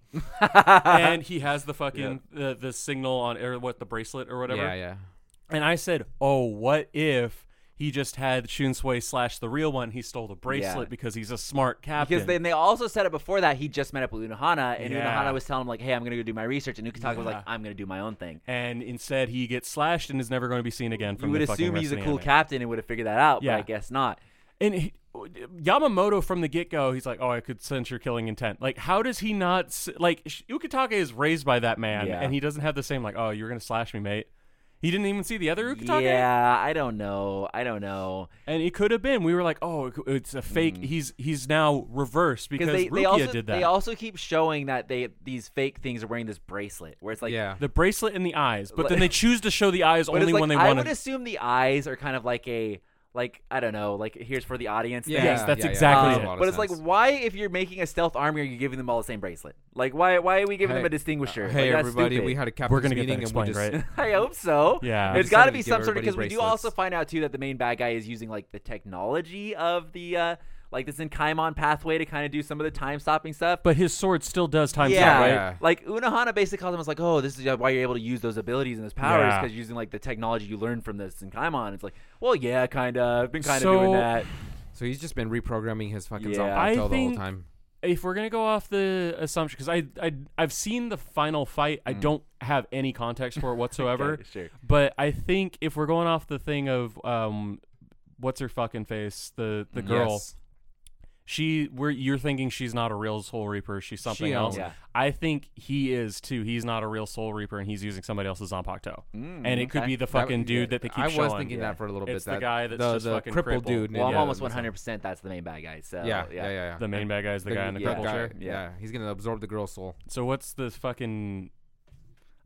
and he has the fucking the, the signal on or what the bracelet or whatever.
Yeah, yeah.
And I said, oh, what if he just had Shunsui slash the real one? He stole the bracelet because he's a smart captain.
Because then they also said it before that he just met up with Unohana, and
Yeah.
Unohana was telling him like, "Hey, I'm gonna go do my research," and Ukitaka was
Yeah.
like, "I'm gonna do my own thing."
and instead he gets slashed and is never going to be seen again from
You would
the fucking
assume
rest
he's
of
a
the
cool
anime.
captain and would have figured that out,
Yeah.
but I guess not.
And he, Yamamoto from the get go, he's like, "Oh, I could sense your killing intent." Like, how does he not s- like Sh- Ukitake is raised by that man,
Yeah.
and he doesn't have the same like, "Oh, you're gonna slash me, mate." He didn't even see the other Ukitake.
Yeah, I don't know. I don't know.
And it could have been. We were like, "Oh, it- it's a fake." He's he's now reversed because
Mm. they,
Rukia
they also
did that.
they also keep showing that they these fake things are wearing this bracelet where it's like
yeah.
the bracelet and the eyes, but
Like-
then they choose to show the eyes
but it's
only
like,
when they
I
want
would
to.
assume the eyes are kind of like a like I don't know like here's for the audience.
Yeah.
thing. Um,
Yes, that's
yeah, yeah,
exactly
makes a
it.
lot of
But it's like,
sense.
why, if you're making a stealth army, are you giving them all the same bracelet? Like, why, why are we giving
Hey,
uh,
them a distinguisher?
Hey,
Like, that's
everybody,
stupid.
we had a captain's
We're gonna get
meeting
that
and
explained,
we just
right?
I hope so.
Yeah.
there's
Decided
got to
to
be
give
some sort of because
everybody
we do
bracelets.
also find out too that the main bad guy is using like the technology of the uh like this in Kaimon pathway to kind of do some of the time stopping stuff.
But his sword still does time
yeah,
stop, right?
Yeah.
like Unohana basically calls him as like, oh, this is why you're able to use those abilities and those powers
Yeah.
because you're using like the technology you learned from this in Kaimon. It's like, well, yeah, kind of. I've been kind of
So-
doing that.
So he's just been reprogramming his fucking
Yeah.
yeah.
I
Zanpakuto the whole
think-
time.
if we're gonna go off the assumption, because I, I I've seen the final fight,
Mm.
I don't have any context for it whatsoever.
Okay, sure.
But I think if we're going off the thing of um, what's her fucking face, the the girl,
Mm, Yes.
she we're you're thinking she's not a real Soul Reaper, she's something
She
else.
owns
it. Yeah.
I think he is too. He's not a real Soul Reaper, and he's using somebody else's Zanpakuto, and it could
okay.
be the
Mm, That-
fucking dude that they keep
I
showing.
was thinking that for a little bit.
It's the
that,
guy that's
the,
just
the
fucking
crippled,
crippled.
dude.
Well, I'm
Yeah,
almost
that
100% that's the main bad guy. So
Yeah, yeah, yeah, yeah.
The main bad guy is the, guy in the
yeah,
cripple
guy,
chair.
Yeah. he's gonna absorb the girl's soul.
So what's the fucking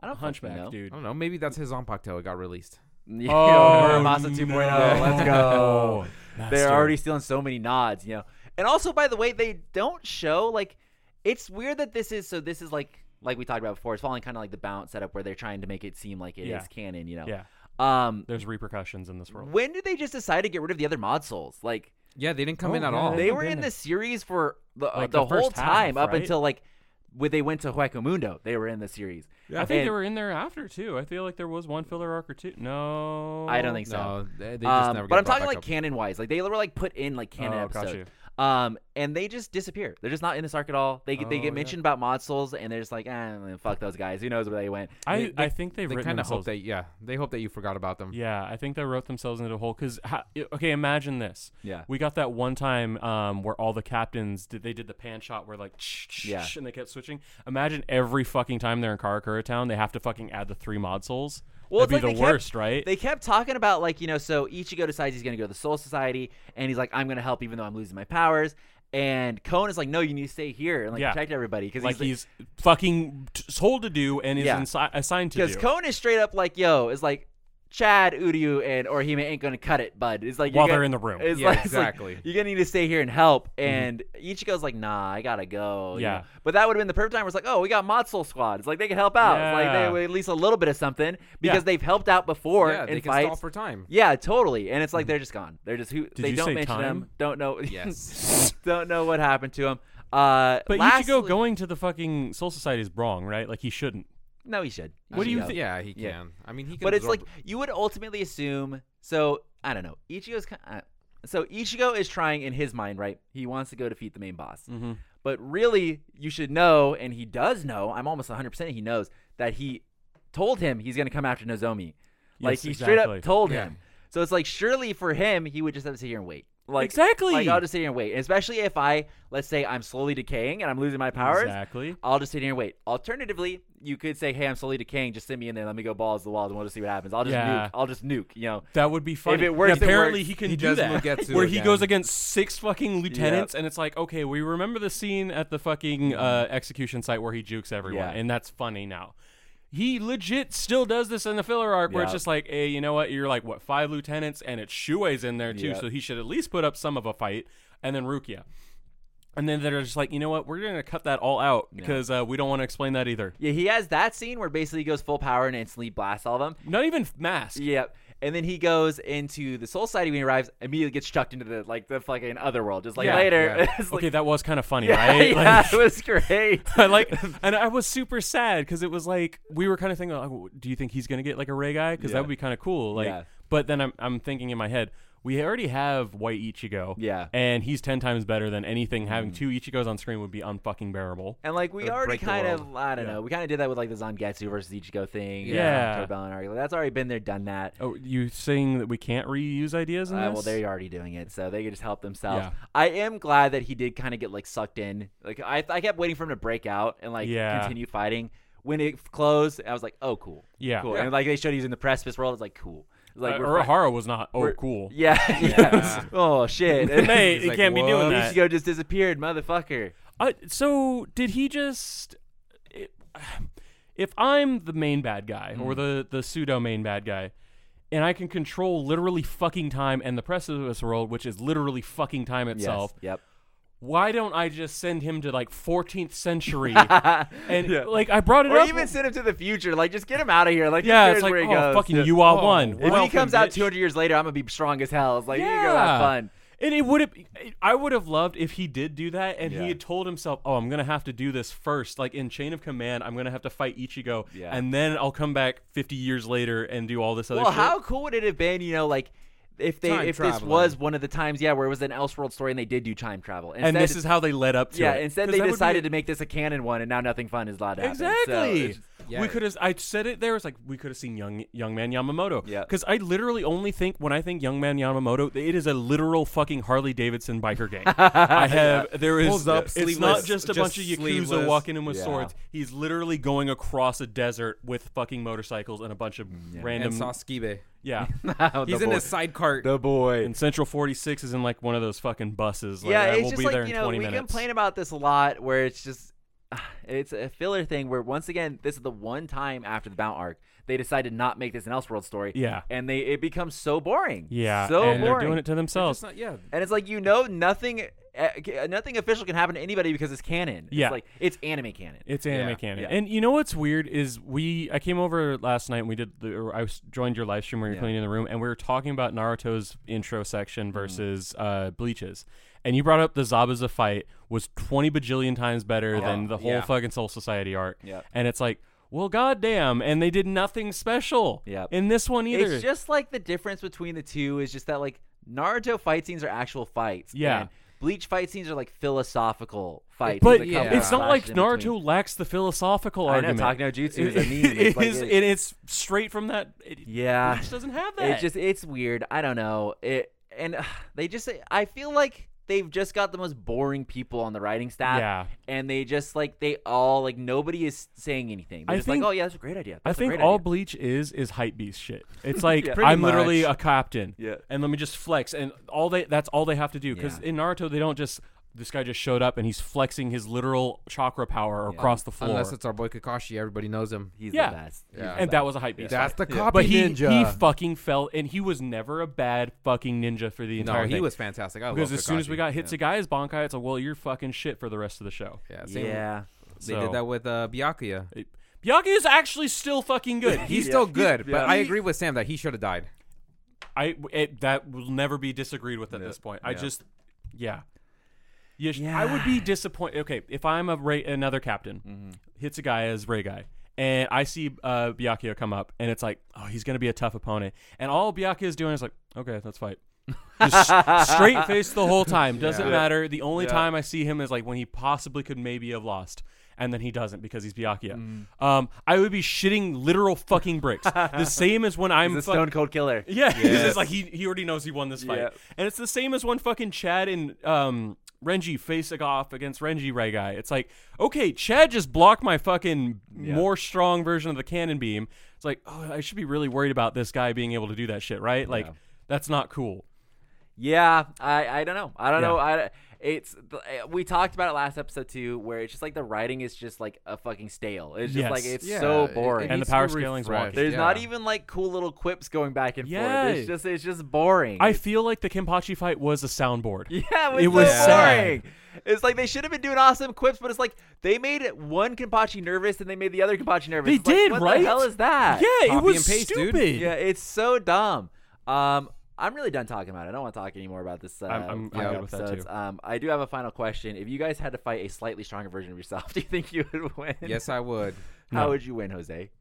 I don't fucking know.
hunchback
I
dude?
don't know. Maybe that's his Zanpakuto. It got released.
Yeah,
Oh,
Muramasa 2.0.
no.
Let's go. They're
Master.
already stealing so many nods, you know. And also, by the way, they don't show like it's weird that this is so. This is like like we talked about before. It's following kind of like the balance setup where they're trying to make it seem like it is
Yeah.
canon, you know.
Yeah.
Um,
There's repercussions in this world.
when did they just decide to get rid of the other mod souls? Like
Yeah, they didn't come
Oh,
in at
yeah,
all.
they-
they
haven't
were
been
in
there.
the series for the,
Like,
the,
the
whole
first half,
time up
right?
until like when they went to Huecomundo. They were in the series.
I think they
And-
were in there after too. I feel like there was one filler arc or two. No,
I don't think so.
no, they, they just
Um,
never.
but
got
I'm
brought
talking
back
like
up.
canon wise. Like they were like put in like canon
Oh, got
episodes.
you.
Um, and they just disappear. They're just not in this arc at all. They get they get mentioned about mod souls, and they're just like, ah, fuck those guys. Who knows where they went?
I,
They- they-
I think they've
They
written
kind of
themselves.
hope that yeah, they hope that you forgot about them.
yeah, I think they wrote themselves into a hole. Cause ha- okay, imagine this.
Yeah.
we got that one time um, where all the captains did they did the pan shot where like
Yeah.
yeah. and they kept switching. Imagine every fucking time they're in Karakura town, they have to fucking add the three mod souls.
it's
That'd be
like
the
they kept-
worst, right?
They kept talking about like you know, so Ichigo decides he's gonna go to the Soul Society, and he's like, I'm gonna help even though I'm losing my powers. And Kon is like, No, you need to stay here and like
Yeah.
protect everybody because
like
he's,
he's fucking t- told to do and is
Yeah.
insi- assigned to do.
because Kon is straight up like, Yo, is like. Chad, Uryu, and Orihime ain't gonna cut it, bud. It's like you're
While
gonna-
they're in the room. Mm-hmm.
it's
Yeah,
like- it's like,
exactly.
you're gonna need to stay here and help. And Ichigo's like, Nah, I gotta go. you
Yeah.
know? But that would have been the perfect time. Where it's like, Oh, we got Matsul Squad. It's like they can help out. It's like
Yeah.
they at least a little bit of something because
Yeah.
they've helped out before
yeah,
in
they can
fights.
stall for time.
Yeah, totally. And it's like they're just gone. They're just who they
Mm-hmm. you
don't
say
mention them.
time?
Don't know.
Yes.
don't know what happened to him. Uh,
but
lastly,
Ichigo going to the fucking Soul Society is wrong, right? Like he shouldn't.
No, he should.
What do you?
Ichigo.
think? yeah, he can.
Yeah.
I mean, he can.
But it's like
absorb-
you would ultimately assume. So I don't know. Ichigo's ki- uh, so Ichigo is trying in his mind, right? He wants to go defeat the main boss. But really, you should know, and he does know. I'm almost 100 percent he knows that he told him he's going to come after Nozomi. Like
Yes,
he straight up
exactly.
told
Yeah.
him. So it's like surely for him, he would just have to sit here and wait. Like
Exactly.
Like I'll just sit here and wait. Especially if I, let's say, I'm slowly decaying and I'm losing my powers.
Exactly.
I'll just sit here and wait. Alternatively, you could say, "Hey, I'm slowly decaying. Just send me in there. Let me go balls to the walls, and we'll just see what happens. I'll just
Yeah.
nuke. I'll just nuke." You know.
That would be funny.
it works,
And
it
apparently
works.
he can
He
do
does
that.
Mugetsu
where he
again.
goes against six fucking lieutenants, and it's like, okay, we remember the scene at the fucking uh, execution site where he jukes everyone,
Yeah.
and that's funny now. He legit still does this in the filler arc where it's
Yeah.
just like, hey, you know what? You're like what five lieutenants, and it's Shuei's in there too,
Yeah.
so he should at least put up some of a fight, and then Rukia. And then they're just like, you know what? We're gonna cut that all out because uh, we don't want to explain that either.
Yeah, he has that scene where basically he goes full power and instantly blasts all of them.
Not even mask.
Yep. And then he goes into the Soul Society when he arrives, immediately gets chucked into the like the fucking other world. Just like
Yeah,
later.
yeah.
It's like-
Okay, that was kind of funny,
yeah,
right?
yeah,
Like-
it was great.
I like, and I was super sad because it was like we were kind of thinking, like, "Oh, do you think he's gonna get like a Ray guy? Because
Yeah.
that would be kind of cool. Like,
Yeah.
but then I'm I'm thinking in my head, we already have White Ichigo,
Yeah. Mm.
and he's ten times better than anything. Having two Ichigos on screen would be unfucking bearable.
And like we
Or
already
break the
kind of,
world.
I don't
Yeah.
know, we kind of did that with like the Zangetsu versus Ichigo thing. and
Yeah.
Tobel and Arguably. that's already been there, done that.
Oh, you saying that we can't reuse ideas in
Uh,
this?
well, they're already doing it, so they could just help themselves.
Yeah.
I am glad that he did kind of get like sucked in. Like I, I kept waiting for him to break out and like
Yeah.
continue fighting. When it f- closed, I was like, oh, cool,
Yeah.
cool.
Yeah.
And like they showed he's in the precipice world. It's like cool. It's like
Uh,
we're fi-
Urahara was not. Oh,
we're-
cool.
Yeah. yeah. oh shit.
Mate,
He's
you
like,
can't be doing
"Whoa."
that.
Ichigo just disappeared, motherfucker.
I, so did he just? i- If I'm the main bad guy or
Mm.
the the pseudo main bad guy, and I can control literally fucking time and the precipice world, which is literally fucking time
Yes.
itself,
Yep.
why don't I just send him to like 14th century? and like I brought it
Or
up.
even send him to the future. Like, just get him out of here. Like, who
yeah,
cares
it's like
where he
oh
goes?
fucking
Yeah.
you all one.
If he comes out 200 years later, I'm gonna be strong as hell. It's like you go have fun.
And it would have, I would have loved if he did do that, and he had told himself, "Oh, I'm gonna have to do this first, like in Chain of Command, I'm gonna have to fight Ichigo,
Yeah.
and then I'll come back 50 years later and do all this other
Well,
shit."
how cool would it have been, you know, like if they
Time
if this
traveling.
was one of the times, yeah, where it was an Elseworld story and they did do time travel.
eh? and
Instead-
this is how they led up to
yeah.
it.
Instead,
'Cause
they
that would be-
decided to make this a canon one, and now nothing fun is allowed to happen. So
Exactly.
it's-
Yeah.
We could have. I said it there. It's like we could have seen young young man Yamamoto.
Yeah.
Because I literally only think when I think young man Yamamoto, it is a literal fucking Harley Davidson biker gang. I have. There is.
Pulls up,
it's not
sleeveless,
just a
just
bunch of yakuza
sleeveless.
walking in with
Yeah.
swords. He's literally going across a desert with fucking motorcycles and a bunch of
and
random.
Sasuke.
yeah.
He's in his side cart.
boy.
and Central 46 is in like one of those fucking buses. Like,
Yeah,
"Ah,
it's
we'll
just
be
like
there
you
in
know
20
we
minutes.
complain about this a lot, where it's just it's a filler thing. Where once again, this is the one time after the Mount arc they decided not make this an Elseworld story.
Yeah.
and they it becomes so boring.
yeah.
so
and
boring.
they're doing it to themselves.
It's not, yeah,
And it's like you know nothing, uh, nothing official can happen to anybody because it's canon.
Yeah.
it's like it's anime canon.
It's anime
Yeah.
canon.
Yeah.
And you know what's weird is we I came over last night and we did the or I was, joined your live stream where you're
Yeah. Mm.
cleaning the room and we were talking about Naruto's intro section versus uh Bleach's. And you brought up the Zabuza fight was 20 bajillion times better than the whole
yeah.
fucking Soul Society arc.
Uh-huh. Yep.
And it's like, well goddamn, and they did nothing special
Yep.
in this one either.
It's just like the difference between the two is just that like Naruto fight scenes are actual fights.
Yeah.
and Bleach fight scenes are like philosophical fights.
But
that come
yeah.
with
it's not like
flashes in
Naruto
between.
lacks the philosophical
I know
argument.
Talk No Jutsu is a meme.
It-
It's
it
like
is,
it-
and it's straight from that. It,
Yeah.
Bleach doesn't have that.
It's just it's weird. I don't know. It and uh, they just I feel like they've just got the most boring people on the writing staff.
Yeah.
And they just like they all like nobody is saying anything. They're
I
just
think-
like, oh yeah, that's a great idea.
I
That's a
think
great
all
idea."
Bleach is is hype beast shit. It's like
Yeah.
Pretty
I'm literally
much.
a captain.
Yeah.
And let me just flex and all they that's all they have to do cuz
Yeah.
in Naruto they don't just this guy just showed up and he's flexing his literal chakra power across the floor.
Unless it's our boy Kakashi, everybody knows him.
he's
yeah.
the best. He's
Yeah.
the
and
best.
that was a hype beast.
That's the
fight.
copy
But he
ninja.
he fucking fell and he was never a bad fucking ninja for the entire
no, he
thing.
was fantastic. I
because
love
as soon as we
Kakashi.
got hit Segai's Bonkai, it's like, well, you're fucking shit for the rest of the show.
yeah, same-
yeah.
They
So-
did that with uh, Byakuya.
It- Byakuya is actually still fucking good.
He's
He's
still good, but I
He-
agree with Sam that he should have died.
I it, that will never be disagreed with at this point. I just, yeah. You sh- I would be disappointed. Okay, if I'm a Ray, another captain, hits a guy as Ray guy, and I see uh, Byakuya come up, and it's like, oh, he's gonna be a tough opponent, and all Byakuya is doing is like, okay, let's fight. Just s- straight face the whole time. Doesn't matter. The only time I see him is like when he possibly could maybe have lost. And then he doesn't because he's Byakuya. Um, I would be shitting literal fucking bricks. the same as when I'm
He's a
fuck-
stone cold killer.
yeah, it's just like he, he already knows he won this fight.
Yeah.
And it's the same as when fucking Chad and um, Renji facing off against Renji Ray guy. It's like, okay, Chad just blocked my fucking more strong version of the cannon beam. It's like, oh, I should be really worried about this guy being able to do that shit, right? Like, that's not cool.
Yeah, I I don't know. I don't
Yeah.
know. I it's eh, we talked about it last episode too, where it's just like the writing is just like a fucking stale. It's just
Yes.
like it's
Yeah,
so
it- it
boring.
And the
needs to
power
be
scaling's
refreshed.
wonky.
There's
Yeah.
not even like cool little quips going back and
Yeah.
forth. It's just it's just boring.
I feel like the Kenpachi fight was a soundboard.
Yeah,
It
it
was
was, so
sad.
boring. It's like they should have been doing awesome quips, but it's like they made one Kenpachi nervous and they made the other Kenpachi nervous.
They
It's like,
did,
what
right?
the hell is that?
Yeah, it
Copy
was
and paste, dude.
stupid.
Yeah, it's so dumb. Um, I'm really done talking about it. I don't want to talk anymore about this. Uh,
I'm- I'm- I'm
fight
good with that,
episodes.
too.
Um, I do have a final question. If you guys had to fight a slightly stronger version of yourself, do you think you would win?
Yes, I would.
How
No.
would you win, Jose?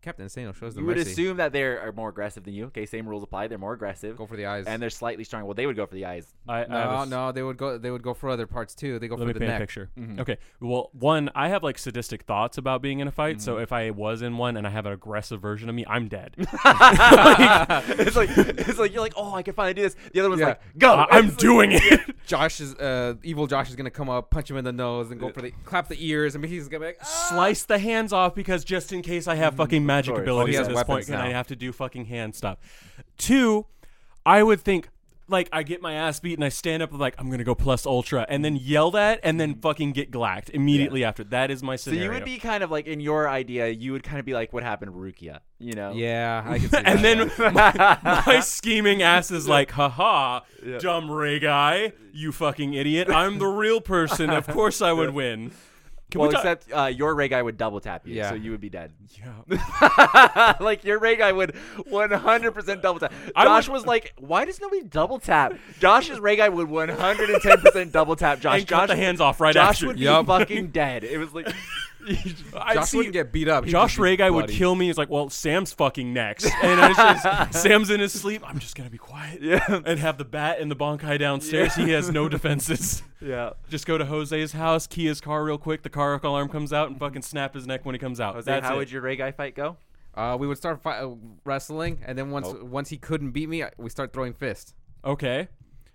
Captain Insano shows the
You would
mercy.
assume that they are more aggressive than you. Okay, same rules apply. They're more aggressive,
Go for the eyes.
and they're slightly stronger. Well, they would go for the eyes.
I, I have a
no,
s-
Oh, no, they would go. They would go for other parts too. They go
Let
for
me
the
paint
neck. Mm-hmm.
a picture. Okay. Well, one, I have like sadistic thoughts about being in a fight.
Mm-hmm.
So if I was in one and I have an aggressive version of me, I'm dead.
it's like it's like you're like, oh, I can finally do this. The other one's
Yeah.
like, go.
I- I'm
It's like-
doing it.
Josh is uh, evil. Josh is gonna come up, punch him in the nose, and go for the clap the ears, and he's gonna be like, "Ah!"
Slice the hands off because just in case I have fucking magic
course.
abilities
Well,
at
he has
this point,
weapons
and I
now.
have to do fucking hand stuff. Two, I would think like I get my ass beat and I stand up like I'm gonna go plus ultra and then yell that and then fucking get glacked immediately after. That is my
So
scenario.
you would be kind of like in your idea, you would kind of be like what happened to Rukia, you know?
Yeah, I can see that,
and then
yeah.
my, my scheming ass is like, haha, dumb Ray guy, you fucking idiot. I'm the real person. Of course I would win. Can
Well,
we talk-
except uh, your Ray guy would double tap you,
Yeah.
so you would be dead.
Yeah.
like your Ray guy would 100% double tap.
I
Josh
would-
was like, "Why does nobody double tap?" Josh's Ray guy would 110% double tap Josh.
and cut
Josh
the hands off right
Josh
after.
would
Yup.
be fucking dead. It was like,
I'd
Josh
see-
wouldn't get beat up. He'd
Josh
just be
Ray guy would
bloody.
kill me. He's like, well, Sam's fucking next. And I just, Sam's in his sleep. I'm just going to be quiet.
Yeah.
And have the bat and the bonkai downstairs. He has no defenses.
yeah.
Just go to Jose's house, key his car real quick. The car alarm comes out and fucking snap his neck when he comes out.
Jose,
That's
how
it.
would your Ray guy fight go?
Uh, we would start fi- uh, wrestling, and then once once he couldn't beat me, I, we start throwing fists.
Okay.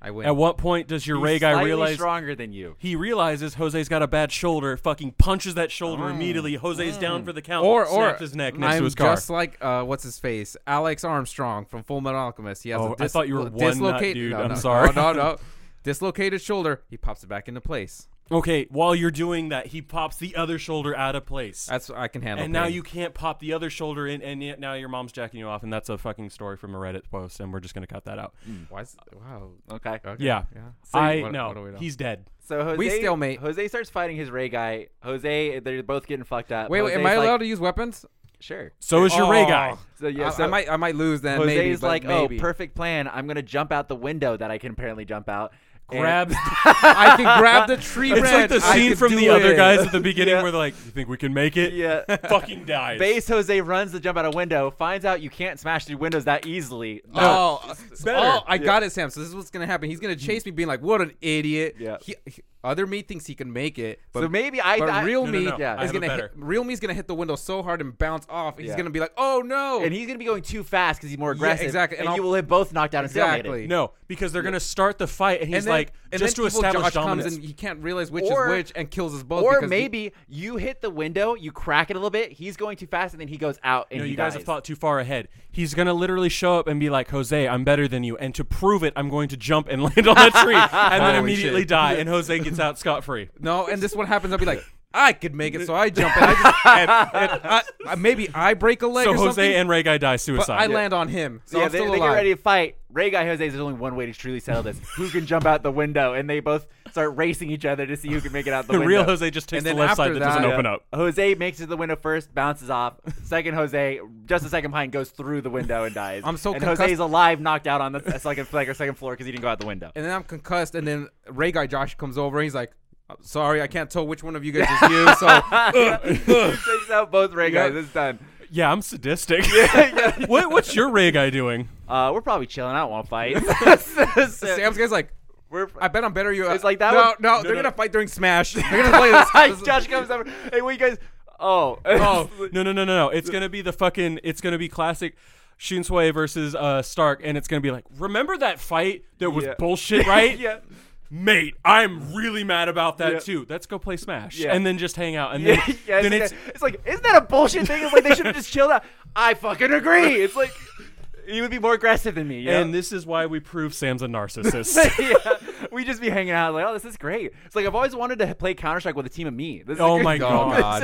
I win.
At what point does your
He's
Ray guy
slightly
realize
stronger than you.
he realizes Jose's got a bad shoulder? Fucking punches that
Mm.
shoulder immediately. Jose's down for the count.
or or
snaps his neck next
I'm
to his car.
just like uh, what's his face, Alex Armstrong from Full Metal Alchemist. He has
Oh,
a
I
dis-
thought you were one nut
dislocate-
dude.
No,
I'm
no,
sorry.
No, no, no. dislocated shoulder. He pops it back into place.
okay, while you're doing that, he pops the other shoulder out of place.
That's I can handle.
and now
pain.
you can't pop the other shoulder in, and yet now your mom's jacking you off, and that's a fucking story from a Reddit post, and we're just gonna cut that out.
Why is, wow.
Okay.
Okay.
Yeah,
Mm. Yeah.
I
What-
no,
what do we know?
he's dead.
So Jose,
We stalemate.
Jose starts fighting his Ray guy. Jose, they're both getting fucked up.
Wait, wait. Am I
Jose's like,
allowed to use weapons?
Sure.
So is your Ray guy.
Oh.
So yeah,
I,
so
I might, I might lose then.
Jose's
maybe, but
like,
maybe.
oh, perfect plan. I'm gonna jump out the window that I can apparently jump out.
grabs.
I can grab the tree
it's like
branch.
the
I
scene
can
from
do
the other
it.
guys at the beginning
Yeah.
where they're like, "You think we can make it?"
Yeah.
Fucking dies.
Base Jose runs the jump out a window, finds out you can't smash through windows that easily.
No,
better.
oh, I got it, Sam. So this is what's gonna happen. He's gonna chase me, being like, "What an idiot!"
Yeah.
He, he- other me thinks he can make it, but
Uh, So maybe I-
but
I-
real
No, no,
me
no. I
is
have a
gonna
better.
hit, real me's gonna hit the window so hard and bounce off. He's
Yeah.
gonna be like, "Oh no!"
And he's going to be going too fast because he's more aggressive.
exactly. And
And, you
I'll-
will have both knocked out and
Exactly.
exactly.
No, because they're gonna start the fight, and
And
he's
then-
like,
and
just
then
to
evil
establish
Josh
dominance.
comes and he can't realize which
Or-
is which and kills us both.
Or
because he-
maybe you hit the window, you crack it a little bit, he's going too fast, and then he goes out and
no,
he
you guys
dies.
have thought too far ahead. He's gonna literally show up and be like, "Jose, I'm better than you," and to prove it, I'm going to jump and land on that tree, and then
Holy
immediately
shit.
die, and Jose gets out scot free.
no. And this one happens. I'll be like, "I could make it," so I jump and, I just, and, and I, I- maybe I break a leg.
So
or something,
Jose and Ray Guy die
but
suicide.
I land on him. So
yeah,
I'm
they,
still
they get
alive.
ready to fight. Ray Guy Jose is only one way to truly settle this. who can jump out the window? And they both start racing each other to see who can make it out the
the
window.
real Jose just takes
And
the
then
left side
after
that, doesn't
that-
open up.
Jose makes it to the window first, bounces off. Second Jose, just a second behind, goes through the window and dies.
I'm so
and
concussed-
Jose's alive, knocked out on the second like or second floor because he didn't go out the window.
and then I'm concussed, and then Ray guy Josh comes over, and he's like, "I'm "Sorry, I can't tell which one of you guys is you." So
He takes out both Ray
Yeah.
guys. It's done.
Yeah, I'm sadistic. what, what's your Ray Guy doing?
Uh, we're probably chilling. I don't want to fight. So-
Sam's guy's like,
we're,
"I bet I'm better." You. uh,
It's like that
No,
one-
no,
no,
they're
no.
gonna fight during Smash. They're gonna play this. this-
Josh comes over. Hey, what you guys? Oh,
Oh no no no no no! It's gonna be the fucking. It's gonna be classic. Shunsui versus uh, Stark, and it's gonna be like, remember that fight that was
Yeah.
bullshit, right?
yeah.
Mate, I'm really mad about that
Yeah.
too. Let's go play Smash,
Yeah.
and then just hang out, and
Yeah,
then,
yeah,
then
it's,
it's
it's like, isn't that a bullshit thing? It's like they should have just chilled out. I fucking agree. It's like he would be more aggressive than me. You
And
know?
this is why we prove Sam's a narcissist.
yeah, we just be hanging out like, oh, this is great. It's like I've always wanted to play Counter Strike with a team of me. This is
Oh
great.
my God.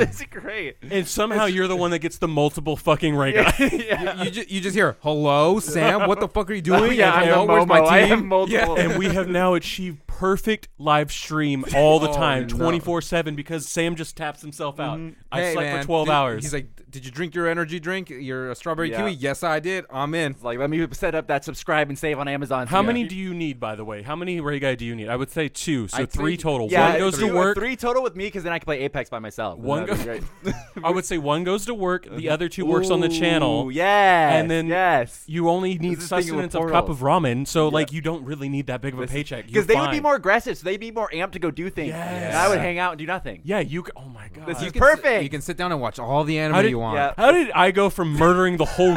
this is great.
and somehow you're the one that gets the multiple fucking ray guy.
yeah,
You, ju- you just hear, "Hello, Sam. What the fuck are you doing?"
yeah, I
And,
am
"Oh, where's my
Momo. I
team?"
am multiple.
and we have now achieved perfect live stream all the
Oh,
time,
no.
24 7, because Sam just taps himself out.
Mm-hmm.
I
Hey,
slept
man,
for 12
did-
hours.
He's like, "Did you drink your energy drink? Your strawberry
Yeah.
kiwi?" Yes, I did. I'm in.
like let me set up that subscribe and save on Amazon.
How many do you need, by the way? How many ray guy do you need? I would say two, so
I'd say-
three total.
Yeah,
one goes
three,
to work.
Three total with me because then I can play Apex by myself.
One
That'd be
goes-
great.
I would say one goes to work, the other two works on the
Ooh,
channel.
Yes.
And then
yes.
You only need
is the thing with
sustenance of
Portal.
cup of ramen, so like you don't really need that big of a paycheck. You're
because they would be
fine.
more aggressive, so they'd be more amped to go do things. And I would hang out and do nothing.
Yeah, you. c- Oh my god.
This is
You can sit-
perfect.
You can sit down and watch all the
How
anime
did-
you want.
Yeah.
How did I go from murdering the whole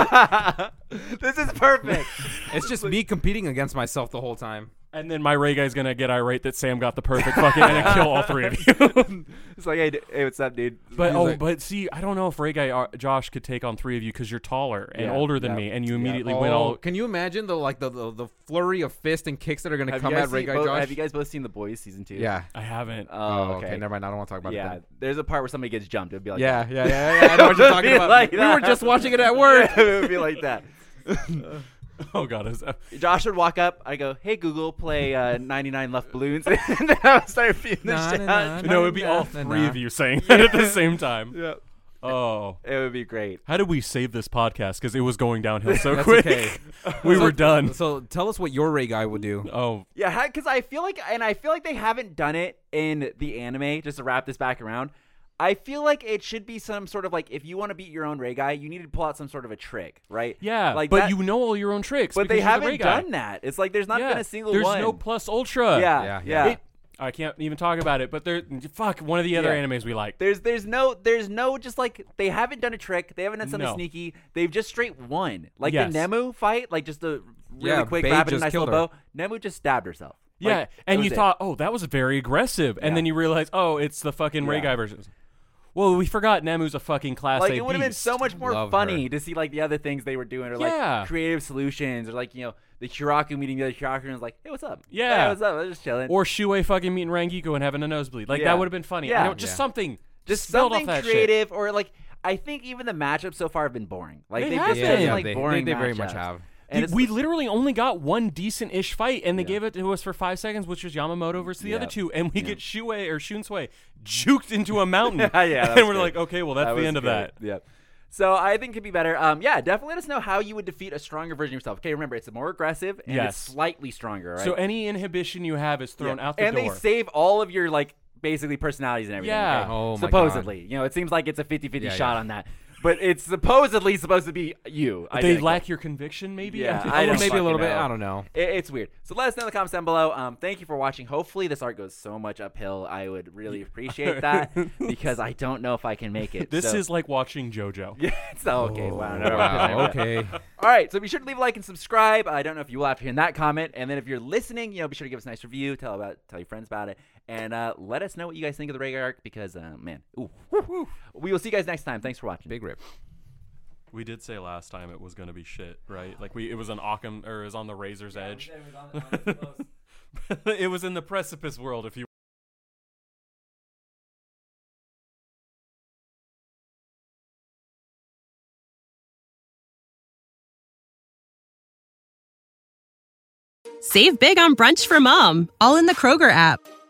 This is perfect.
It's just me competing against myself the whole time.
and then my Ray guy's gonna get irate that Sam got the perfect fucking and kill all three of you?
it's like, hey, d- hey, what's up, dude?
But oh,
like-
but see, I don't know if Ray guy or Josh could take on three of you because you're taller and
Yeah,
older than
yeah,
me, and you immediately
Oh,
went all.
Can you imagine the like the, the the flurry of fist and kicks that are gonna
Have you,
come
guys
at Ray
seen
Guy
both-
Josh?
have you guys both seen The Boys season two?
yeah.
I haven't.
Oh, okay.
Never mind. I don't want to talk about
Yeah,
it.
there's a part where somebody gets jumped. It'd be like,
Then. Yeah, yeah, yeah, yeah. I know what you're talking
Be
about.
like
we
that.
were just watching it at work.
it would be like that.
Oh god. Is, uh,
Josh would walk up. I go, "Hey Google, play uh, 99 Left Balloons," and then I would start beating the
Nah,
shit
nah,
out. of
nah,
no, it'd be all
nah,
three
nah.
of you saying that at the same time.
you.
Oh.
It would be great.
How did we save this podcast? Because it was going downhill so
That's
quick.
okay.
We
So-
were done.
So tell us what your Ray Guy would do.
Oh,
Yeah, because I feel like, and I feel like they haven't done it in the anime. Just to wrap this back around, I feel like it should be some sort of like if you want to beat your own Ray guy, you need to pull out some sort of a trick, right?
yeah.
like
but
that-
you know all your own tricks.
But they
because you're the Ray
haven't
guy.
done that. It's like there's not
yeah.
been a single
There's
one.
no plus ultra.
yeah,
Yeah,
yeah,
yeah.
It- I can't even talk about it. But there, fuck, one of the other
Yeah.
animes we like.
There's there's no there's no just like they haven't done a trick. They haven't done something
No.
sneaky. They've just straight won. Like
Yes.
the Nemu fight, like just the really
Yeah,
quick,
Bae
rapid,
just
and nice
killed
little bow. Nemu just stabbed herself.
Yeah,
Like, that
and you
was it.
thought, oh, that was very aggressive, and
Yeah.
then you realize, oh, it's the fucking Ray
Yeah.
Guy version. Well, we forgot Nemu's a fucking class
like
A
it would have been
beast.
so much more
Love
funny
her.
to see like the other things they were doing or
Yeah.
like creative solutions or like you know the Hiraku meeting the other Hiraku and was like, hey, what's up?
Yeah.
hey, what's up? I'm just chilling.
Or Shuei fucking meeting Rangiku and having a nosebleed. Like
Yeah.
that would have been funny. I
Yeah.
know, just
Yeah.
something.
just
build off
something
that shit.
creative or like I think even the matchups so far have been boring. Like
They
they've
have
just
been.
been
Yeah,
like
they-
boring.
they- they very much
matchups.
have.
And
Dude,
it's-
we literally only got one decent ish fight, and they gave it to us for five seconds, which was Yamamoto versus the other
Yeah.
two, and we get Shuei or Shunsui juked into a mountain.
Yeah, that
and
was
we're
good.
like, okay, well, that's
That
the
was
end of
great.
that.
Yep. So I think could be better. Um, yeah, definitely let us know how you would defeat a stronger version of yourself. Okay, remember it's more aggressive and
Yes.
it's slightly stronger, right?
So any inhibition you have is thrown
Yeah.
out the
and
door.
they save all of your like basically personalities and everything.
Yeah.
okay?
Oh my God.
supposedly, you know, it seems like it's a 50-50
Yeah,
shot
yeah.
on that, but it's supposedly supposed to be you. I
They
think.
lack your conviction, maybe.
Yeah,
think-
I
or
don't
maybe
maybe a little
fucking
bit.
know.
I don't know.
It- it's weird. So let us know in the comments down below. Um, thank you for watching. Hopefully this art goes so much uphill. I would really appreciate that because I don't know if I can make it.
this
So-
is like watching JoJo.
yeah. It's okay. wow. never mind.
Oh, Wow. Okay.
All right, so be sure to leave a like and subscribe. I don't know if you will after hearing that comment, and then if you're listening, you know, be sure to give us a nice review, tell about, tell your friends about it, and uh, let us know what you guys think of the Rhaegar arc because, uh, man, ooh, woo, woo. we will see you guys next time. Thanks for watching.
Big rip.
We did say last time it was gonna be shit, right? Like we, it was on Occam or it was on the razor's edge. it was in the precipice world, if you.
Save big on brunch for mom, all in the Kroger app.